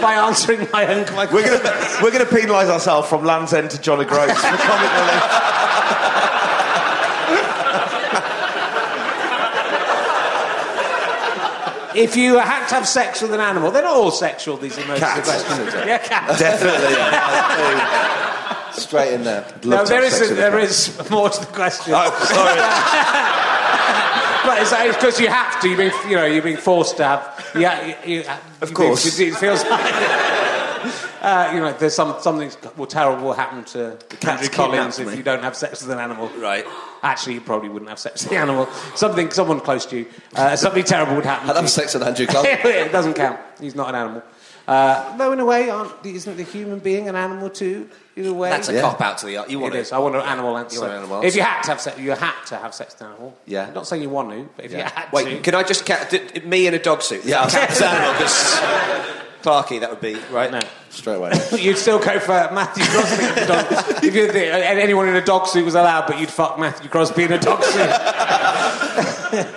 S6: by answering my own question.
S4: We're going to we're going to penalise ourselves from Land's End to John O'Groats for comic relief.
S6: If you had to have sex with an animal, they're not all sexual. These emergency
S4: Cats.
S6: questions. Yeah, cats.
S4: Definitely.
S5: Straight in there.
S6: No, there is there is more to the question.
S4: Oh,
S6: But it's because you have to. You're being, you know, you're being forced to have. Yeah, you, you,
S4: Of
S6: you-
S4: course.
S6: it feels like. Uh, you know, there's some something will terrible will happen to Andrew
S4: kidnapped
S6: Collins if
S4: me.
S6: you don't have sex with an animal.
S7: Right.
S6: Actually, you probably wouldn't have sex with the animal. Something, someone close to you, uh, something terrible would happen.
S5: I'd
S6: to
S5: have
S6: you.
S5: sex with Andrew Clark.
S6: it doesn't count. He's not an animal. Uh, though, in a way, aren't, isn't the human being an animal too? In a way,
S7: That's a cop out to the. You want
S6: it is.
S7: to.
S6: I want an animal answer.
S5: want an animal
S6: If you had to have sex, you had to have sex with an animal.
S5: Yeah.
S6: I'm not saying you want to, but if you
S5: Yeah.
S6: had to.
S7: Wait, can I just count did, me in a dog suit? Yeah, I'll count this animal because Clarky, that would be right.
S6: No.
S5: Straight away.
S6: You'd still go for Matthew Crosby in a dog. if you think, and anyone in a dog suit was allowed, but you'd fuck Matthew Crosby in a dog suit.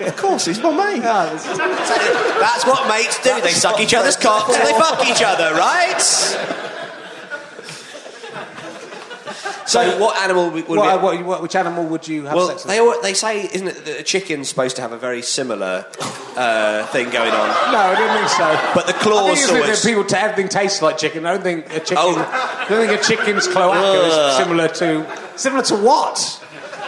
S4: of course, he's my mate.
S7: That's what mates do. they suck each other's cocks and they fuck each other, right? So, what animal would would
S6: What,
S7: be-
S6: what, what, which animal would you have
S7: well,
S6: sex with?
S7: they all, they say, isn't it, that a chicken's supposed to have a very similar uh, thing going on?
S6: no, I don't think so.
S7: But the
S6: I think
S7: claws
S6: it's that
S7: always.
S6: people t- everything tastes like chicken. I don't think a chicken.
S7: Oh.
S6: I don't think a chicken's cloaca is similar to similar to what?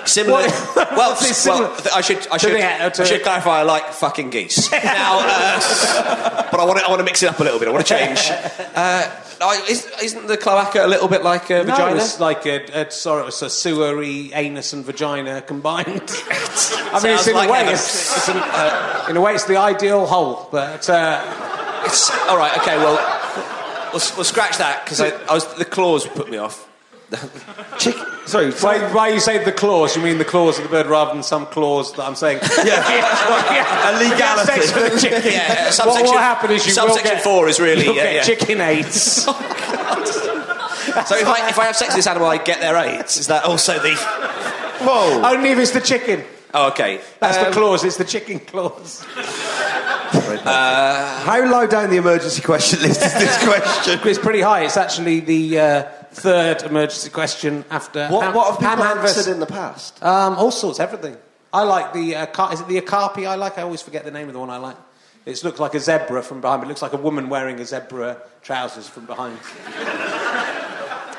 S7: Similar.
S6: What-
S7: Well,
S6: What's it similar-
S7: well th- I should I
S6: To
S7: should,
S6: the- uh, to-
S7: I should clarify. I like fucking geese. now, uh, but I want to I want to mix it up a little bit. I want to change. Uh, I- is, isn't the cloaca a little bit like a vagina?
S6: No, it's like a, a sort of a sewery anus and vagina combined. I mean, it's
S7: Sounds
S6: in
S7: like
S6: a way,
S7: heaven.
S6: it's, it's an, uh, in a way, it's the ideal hole, but. Uh,
S7: It's, all right. Okay. Well, we'll, we'll scratch that because I, I was the claws put me off.
S4: Chicken. Sorry,
S6: Why, why you say the claws? You mean the claws of the bird rather than some claws that I'm saying?
S4: yeah, a
S6: Section of the
S4: legality.
S6: chicken.
S7: Yeah,
S6: what
S7: subsection-
S6: will happen is you will
S7: subsection
S6: get,
S7: four is really-
S6: you'll
S7: yeah,
S6: get
S7: yeah.
S6: chicken Oh. aids.
S7: So if I, if I have sex with this animal, I get their AIDS. Is that also the?
S4: Whoa.
S6: Only if it's the chicken.
S7: Oh, okay.
S6: That's the clause. It's the chicken clause. Uh,
S4: How low down the emergency question list is this question?
S6: It's pretty high. It's actually the uh, third emergency question after.
S5: What,
S6: Ham-
S5: what have people
S6: Ham
S5: answered
S6: versus-
S5: in the past?
S6: Um, all sorts, everything. I like the uh, car- is it the Akapi I like? I always forget the name of the one I like. It looks like a zebra from behind, but it looks like a woman wearing a zebra trousers from behind.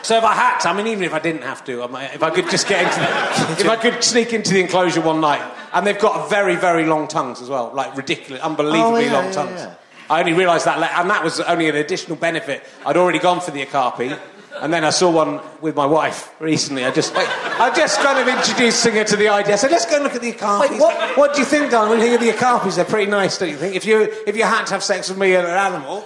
S6: so if I had to, I mean, even if I didn't have to, I might, if I could just get into, the, if I could sneak into the enclosure one night, and they've got very, very long tongues as well, like ridiculous, unbelievably
S5: Oh, yeah,
S6: long
S5: yeah,
S6: tongues.
S5: yeah.
S6: I only realised that, la- and that was only an additional benefit. I'd already gone for the Akapi, and then I saw one with my wife recently. I just, I just kind of introducing her to the idea. I said, "Let's go and look at the Akapis. what, what do you think, darling? What do you think of the Akapis? They're pretty nice, don't you think? If you if you had to have sex with me and an animal,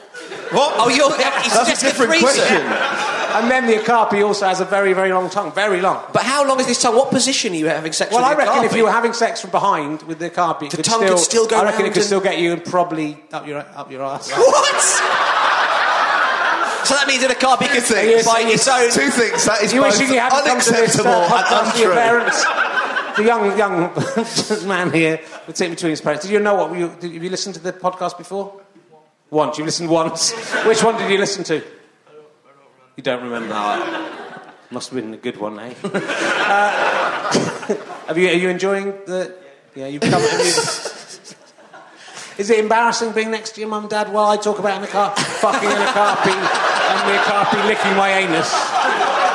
S4: What?
S7: Oh, you're. It's
S4: That's
S7: just
S4: a different question.
S6: and then the Akapi also has a very very long tongue, very long.
S7: But how long is this tongue? What position are you having sex
S6: Well,
S7: with?
S6: I
S7: the
S6: reckon if
S7: carpet?
S6: you were having sex from behind with the Akapi,
S7: The tongue could still go
S6: I reckon it
S7: round
S6: could
S7: and-
S6: still get you and probably up your up your ass.
S7: What? so that means that a carpet could
S4: things.
S7: by its own.
S4: Two things. That is
S6: You
S4: both
S6: wishing you hadn't come to this uh,
S4: unacceptable
S6: podcast with your
S4: and untrue.
S6: parents? The young young man here would sit between his parents. Did you know what? You, did, have you listened to the podcast before? Once. You listened once. Which one did you listen to? You don't remember. Must have been a good one, eh? uh, have you, are you enjoying the? Yeah, you've come. Have you, is it embarrassing being next to your mum and dad while I talk about an car fucking an carpy and the carpy licking my anus?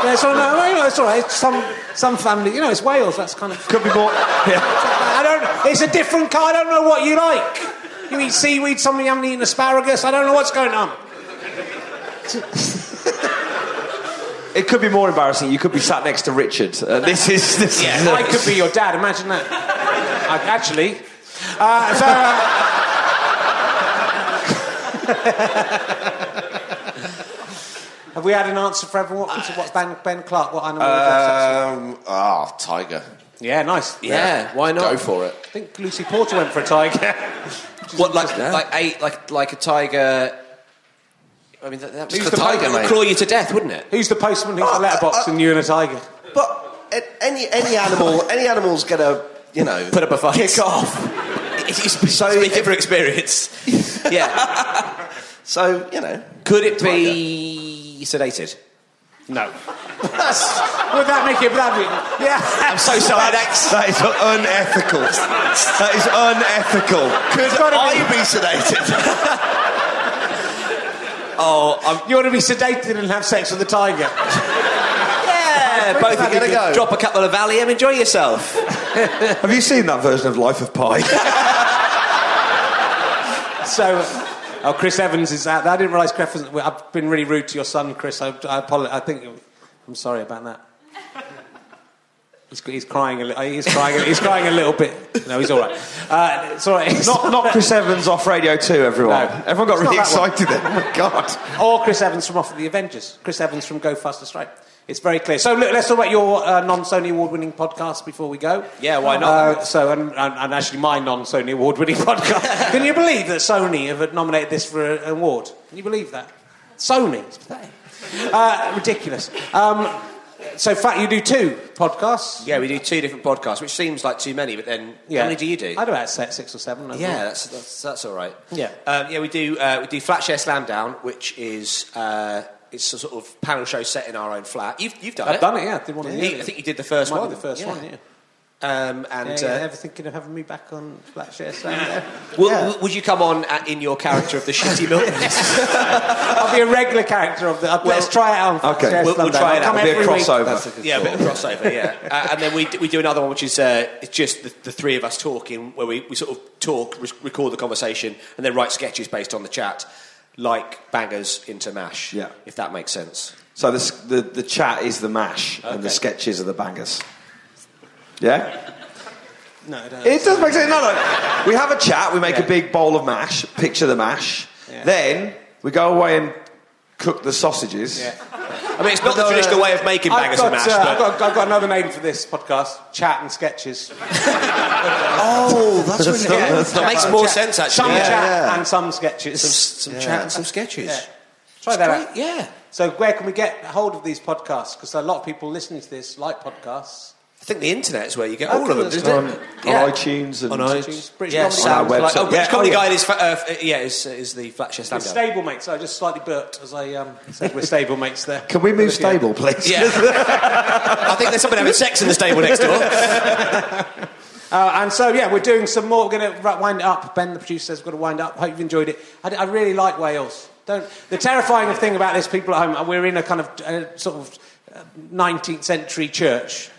S6: Yeah, so no, no, no, it's all right. It's some some family, you know, it's Wales. That's kind of.
S4: Could be more. Yeah.
S6: I don't. It's a different kind. I don't know what you like. You eat seaweed. Some of you haven't eaten asparagus. I don't know what's going on.
S4: It could be more embarrassing. You could be sat next to Richard. Uh, this is this.
S7: Yeah,
S4: is,
S6: I could be your dad. Imagine that. I, actually, uh, so. uh, uh, Have we had an answer for everyone? What, what ben, ben Clark? What animal? would you
S7: Uh,
S6: have
S5: Um,
S6: sex
S5: ah, tiger.
S6: with? yeah, nice.
S7: Yeah, why not?
S5: Go for it.
S6: I think Lucy Porter went for a tiger.
S7: What, like, like, a, like, like a tiger. I mean, that, that was
S5: Who's the
S7: the tiger
S5: tiger,
S7: would
S5: mate?
S7: claw you to death, wouldn't it?
S6: Who's the postman? Who's the letterbox? and you and a tiger.
S5: But a- any any animal, any animal's gonna, you know,
S7: Put up a fight.
S5: kick off.
S7: so speaking from experience. yeah.
S5: So you know,
S7: Could it be sedated?
S6: No. would that make it bad? Yeah.
S7: I'm so sorry. Next.
S4: That is unethical. that is unethical. Could I be, sedated?
S7: Oh, I'm.
S6: You want to be sedated and have sex with the tiger?
S7: Yeah, both of you
S5: gonna
S7: could
S5: go.
S7: drop a couple of Valium, enjoy yourself.
S4: Have you seen that version of Life of Pi?
S6: So, oh, Chris Evans is out there. I didn't realise Chris was. I've been really rude to your son, Chris. I, I apologize. I think I'm sorry about that. He's, he's crying a little. He's crying. He's crying a little bit. No, he's all right. Uh, it's all right. It's
S4: not, not Chris Evans off Radio 2, everyone.
S6: No.
S4: Everyone got
S6: It's
S4: really
S6: not that one.
S4: excited then. Oh, my God.
S6: Or Chris Evans from off of the Avengers. Chris Evans from Go Faster Strike. It's very clear. So look, let's talk about your uh, non-Sony award-winning podcast before we go.
S7: Yeah, why not?
S6: Uh, so, and, and, and actually, my non-Sony award-winning podcast. Can you believe that Sony have nominated this for an award? Can you believe that? Sony, it's pathetic. Uh, ridiculous. Um, so, in fact, you do two podcasts.
S7: Yeah, we do two different podcasts, which seems like too many, but then how many do you do?
S6: I do about se- six or seven. I
S7: Yeah,
S6: think.
S7: that's, that's, that's all right.
S6: Yeah.
S7: um, yeah, we do uh, we do flat share slam down, which is uh, it's a sort of panel show set in our own flat. You've you've done
S6: I've
S7: it.
S6: done it. Yeah, I did one of the
S7: You- I think you did the first
S6: Might
S7: one.
S6: Be the first
S7: yeah.
S6: one. Yeah.
S7: Um,
S6: And
S7: and
S6: yeah,
S7: uh,
S6: ever thinking of having me back on Flatshare Sound?
S7: w- w- would you come on at, in your character of the shitty milk?
S6: I'll be a regular character of the. let's try it out.
S4: Okay.
S6: Yes,
S4: We'll-
S7: we'll
S6: Sunday.
S7: try it out.
S6: I'll come
S4: It'll be a
S6: every week.
S4: crossover.
S6: That's a good
S7: yeah, a bit
S6: thought.
S7: of crossover. Yeah, uh, and then we d- we do another one, which is uh, it's just the, the three of us talking, where we, we sort of talk, re- record the conversation, and then write sketches based on the chat, like bangers into mash.
S4: Yeah.
S7: if that makes sense.
S4: So this, the, the chat is the mash, and the sketches are the bangers. Yeah?
S6: No, I don't.
S4: It does make sense. No, no. We have a chat. We make a big bowl of mash. Picture the mash. Then we go away and cook the sausages.
S7: I mean, it's not
S6: But
S7: the
S6: no, no,
S7: traditional
S6: no.
S7: way of making
S6: uh, I've
S7: bangers
S6: got,
S7: and mash.
S6: uh,
S7: but
S6: I've, got, I've got another name for this podcast: chat and sketches.
S5: Oh, that's,
S4: That's
S5: really-
S4: not-
S5: yeah.
S4: that's not-
S7: that makes more sense actually.
S6: Some
S7: yeah.
S6: chat
S5: yeah.
S6: and some sketches.
S7: Some
S5: Yeah.
S7: chat and some sketches.
S6: Yeah. Try that
S7: Great,
S6: out.
S7: yeah.
S6: So where can we get hold of these podcasts? Because a lot of people listening to this like podcasts.
S7: I think the internet is where you get
S6: Oh,
S7: all of them,
S6: cool,
S7: isn't
S6: that's
S4: on,
S7: it?
S4: on iTunes and
S7: On iTunes.
S6: British
S7: yeah,
S6: Comedy
S7: sounds
S4: Guide.
S7: like-
S4: website.
S7: oh, British
S4: Yeah,
S7: Comedy
S4: oh, yeah.
S7: Guide is, fa- uh, f- uh, yeah, is, is the Flatshare
S6: We're
S7: stand up.
S6: stable mates. I just slightly burped as I um, said we're stable mates there.
S4: Can we move
S6: Yeah.
S4: stable, please?
S7: Yeah. I think there's someone having sex in the stable next door.
S6: Uh, and so yeah, we're doing some more. We're going to wind it up. Ben, the producer, says we're going to wind up. Hope you've enjoyed it. I, I really like Wales. Don't. The terrifying thing about this, people at home, we're in a kind of uh, sort of uh, 19th century church.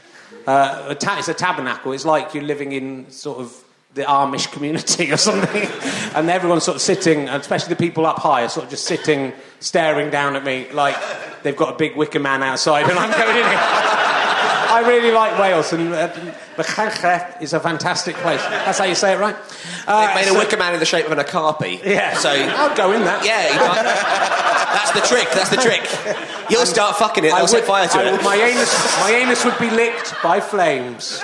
S6: Uh, a ta- it's a tabernacle. It's like you're living in sort of the Amish community or something, and everyone's sort of sitting, and especially the people up high, are sort of just sitting, staring down at me like they've got a big wicker man outside, and I'm going in. Here. I really like Wales, and uh, Machynlleth is a fantastic place. That's how you say it, right? Uh,
S7: They've made
S6: so-
S7: a wicker man in the shape of an akapi.
S6: Yeah.
S7: So
S6: I'll go in that.
S7: Yeah, you can't- that's the trick. That's the trick. You'll start fucking it. They'll set fire to
S6: I
S7: it.
S6: would- my anus, my anus would be licked by flames.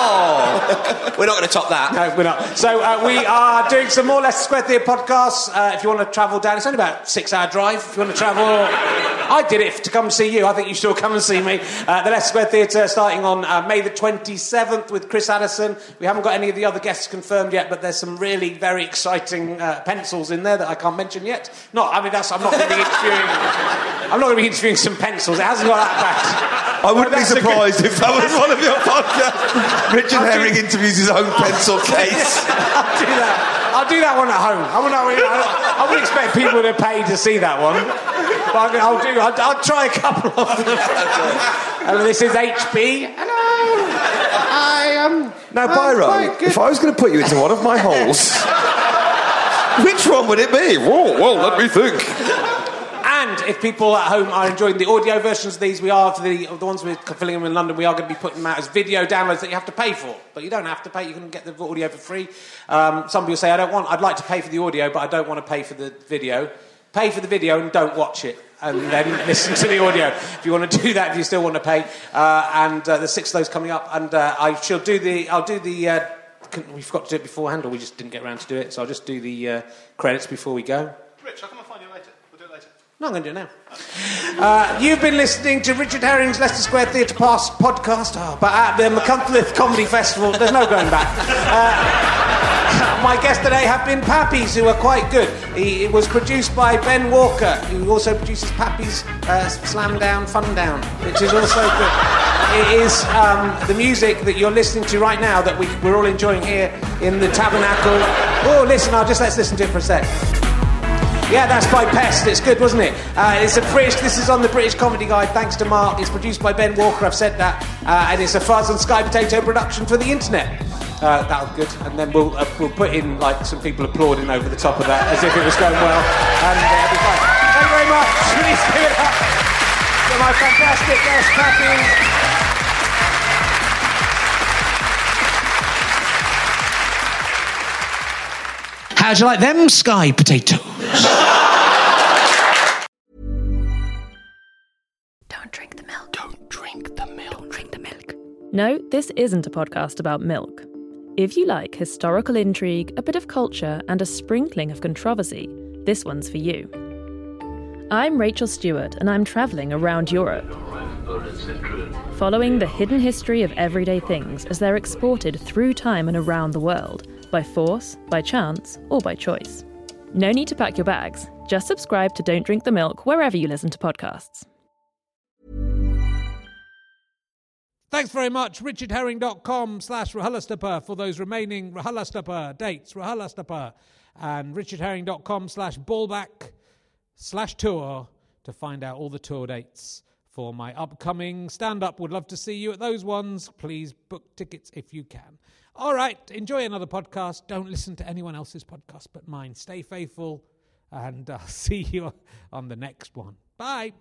S7: Oh, we're not going to top that.
S6: No, we're not. So uh, we are doing some more Leicester Square Theatre podcasts. Uh, if you want to travel down, it's only about six-hour drive. If you want to travel, I did it to come see you. I think you should all come and see me. Uh, the Leicester Square Theatre starting on uh, May the twenty-seventh with Chris Addison. We haven't got any of the other guests confirmed yet, but there's some really very exciting uh, pencils in there that I can't mention yet. No, I mean that's I'm not going to be interviewing. I'm not going to be interviewing some pencils. It hasn't got that bad.
S4: I wouldn't be
S6: That's a good-
S4: surprised if that was one of your podcasts. Richard Herring interviews his own pencil case.
S6: I'll do that. I'll do that one at home. I wouldn't, I wouldn't- I wouldn't expect people to pay to see that one. But I'll, I'll do. I'll, I'll try a couple of them. Hello, this is HB. Hello. I am.
S4: Now,
S6: I'm quite
S4: Byron,
S6: good.
S4: if I was going to put you into one of my holes, which one would it be? Whoa, whoa, let me think.
S6: And if people at home are enjoying the audio versions of these, we are for the, the ones we're filling them in London. We are going to be putting them out as video downloads that you have to pay for, but you don't have to pay. You can get the audio for free. Um, some people say, "I don't want. I'd like to pay for the audio, but I don't want to pay for the video." Pay for the video and don't watch it, and then listen to the audio. If you want to do that, if you still want to pay, uh, and uh, the six of those coming up, and uh, I shall do the. I'll do the. Uh, can- we forgot to do it beforehand, or we just didn't get around to do it. So I'll just do the uh, credits before we go.
S11: Rich, I'll come and find you later. We'll do it later.
S6: No, I'm going to do it now. Uh, you've been listening to Richard Herring's Leicester Square Theatre Past podcast, oh, but at the McCuntliffe Comedy Festival, there's no going back. Uh, my guests today have been Pappies, who are quite good. He, it was produced by Ben Walker, who also produces Pappies uh, Slam Down, Fun Down, which is also good. It is um, the music that you're listening to right now that we, we're all enjoying here in the tabernacle. Oh, listen, I'll just let's listen to it for a sec. Yeah, that's by Pest. It's good, wasn't it? Uh, it's a British. This is on the British Comedy Guide. Thanks to Mark. It's produced by Ben Walker. I've said that, uh, and it's a Fuzz and Sky Potato production for the internet. Uh, that was good. And then we'll uh, we'll put in like some people applauding over the top of that as if it was going well. And uh, it'll be fine. Thank you very much. Please give it up for my fantastic guest, Pappy. How'd you like them sky potatoes?
S12: Don't drink the milk. Don't drink the milk. Don't drink the milk.
S13: No, this isn't a podcast about milk. If you like historical intrigue, a bit of culture, and a sprinkling of controversy, this one's for you. I'm Rachel Stewart, and I'm travelling around Europe, following the hidden history of everyday things as they're exported through time and around the world, by force, by chance, or by choice. No need to pack your bags, just subscribe to Don't Drink the Milk wherever you listen to podcasts.
S1: Thanks very much. RichardHerring.com slash Rahulastapa for those remaining Rahulastapa dates. Rahulastapa and RichardHerring.com slash ballback slash tour to find out all the tour dates for my upcoming stand up. Would love to see you at those ones. Please book tickets if you can. All right. Enjoy another podcast. Don't listen to anyone else's uh, podcast but mine. Stay faithful and I'll see you on the next one. Bye.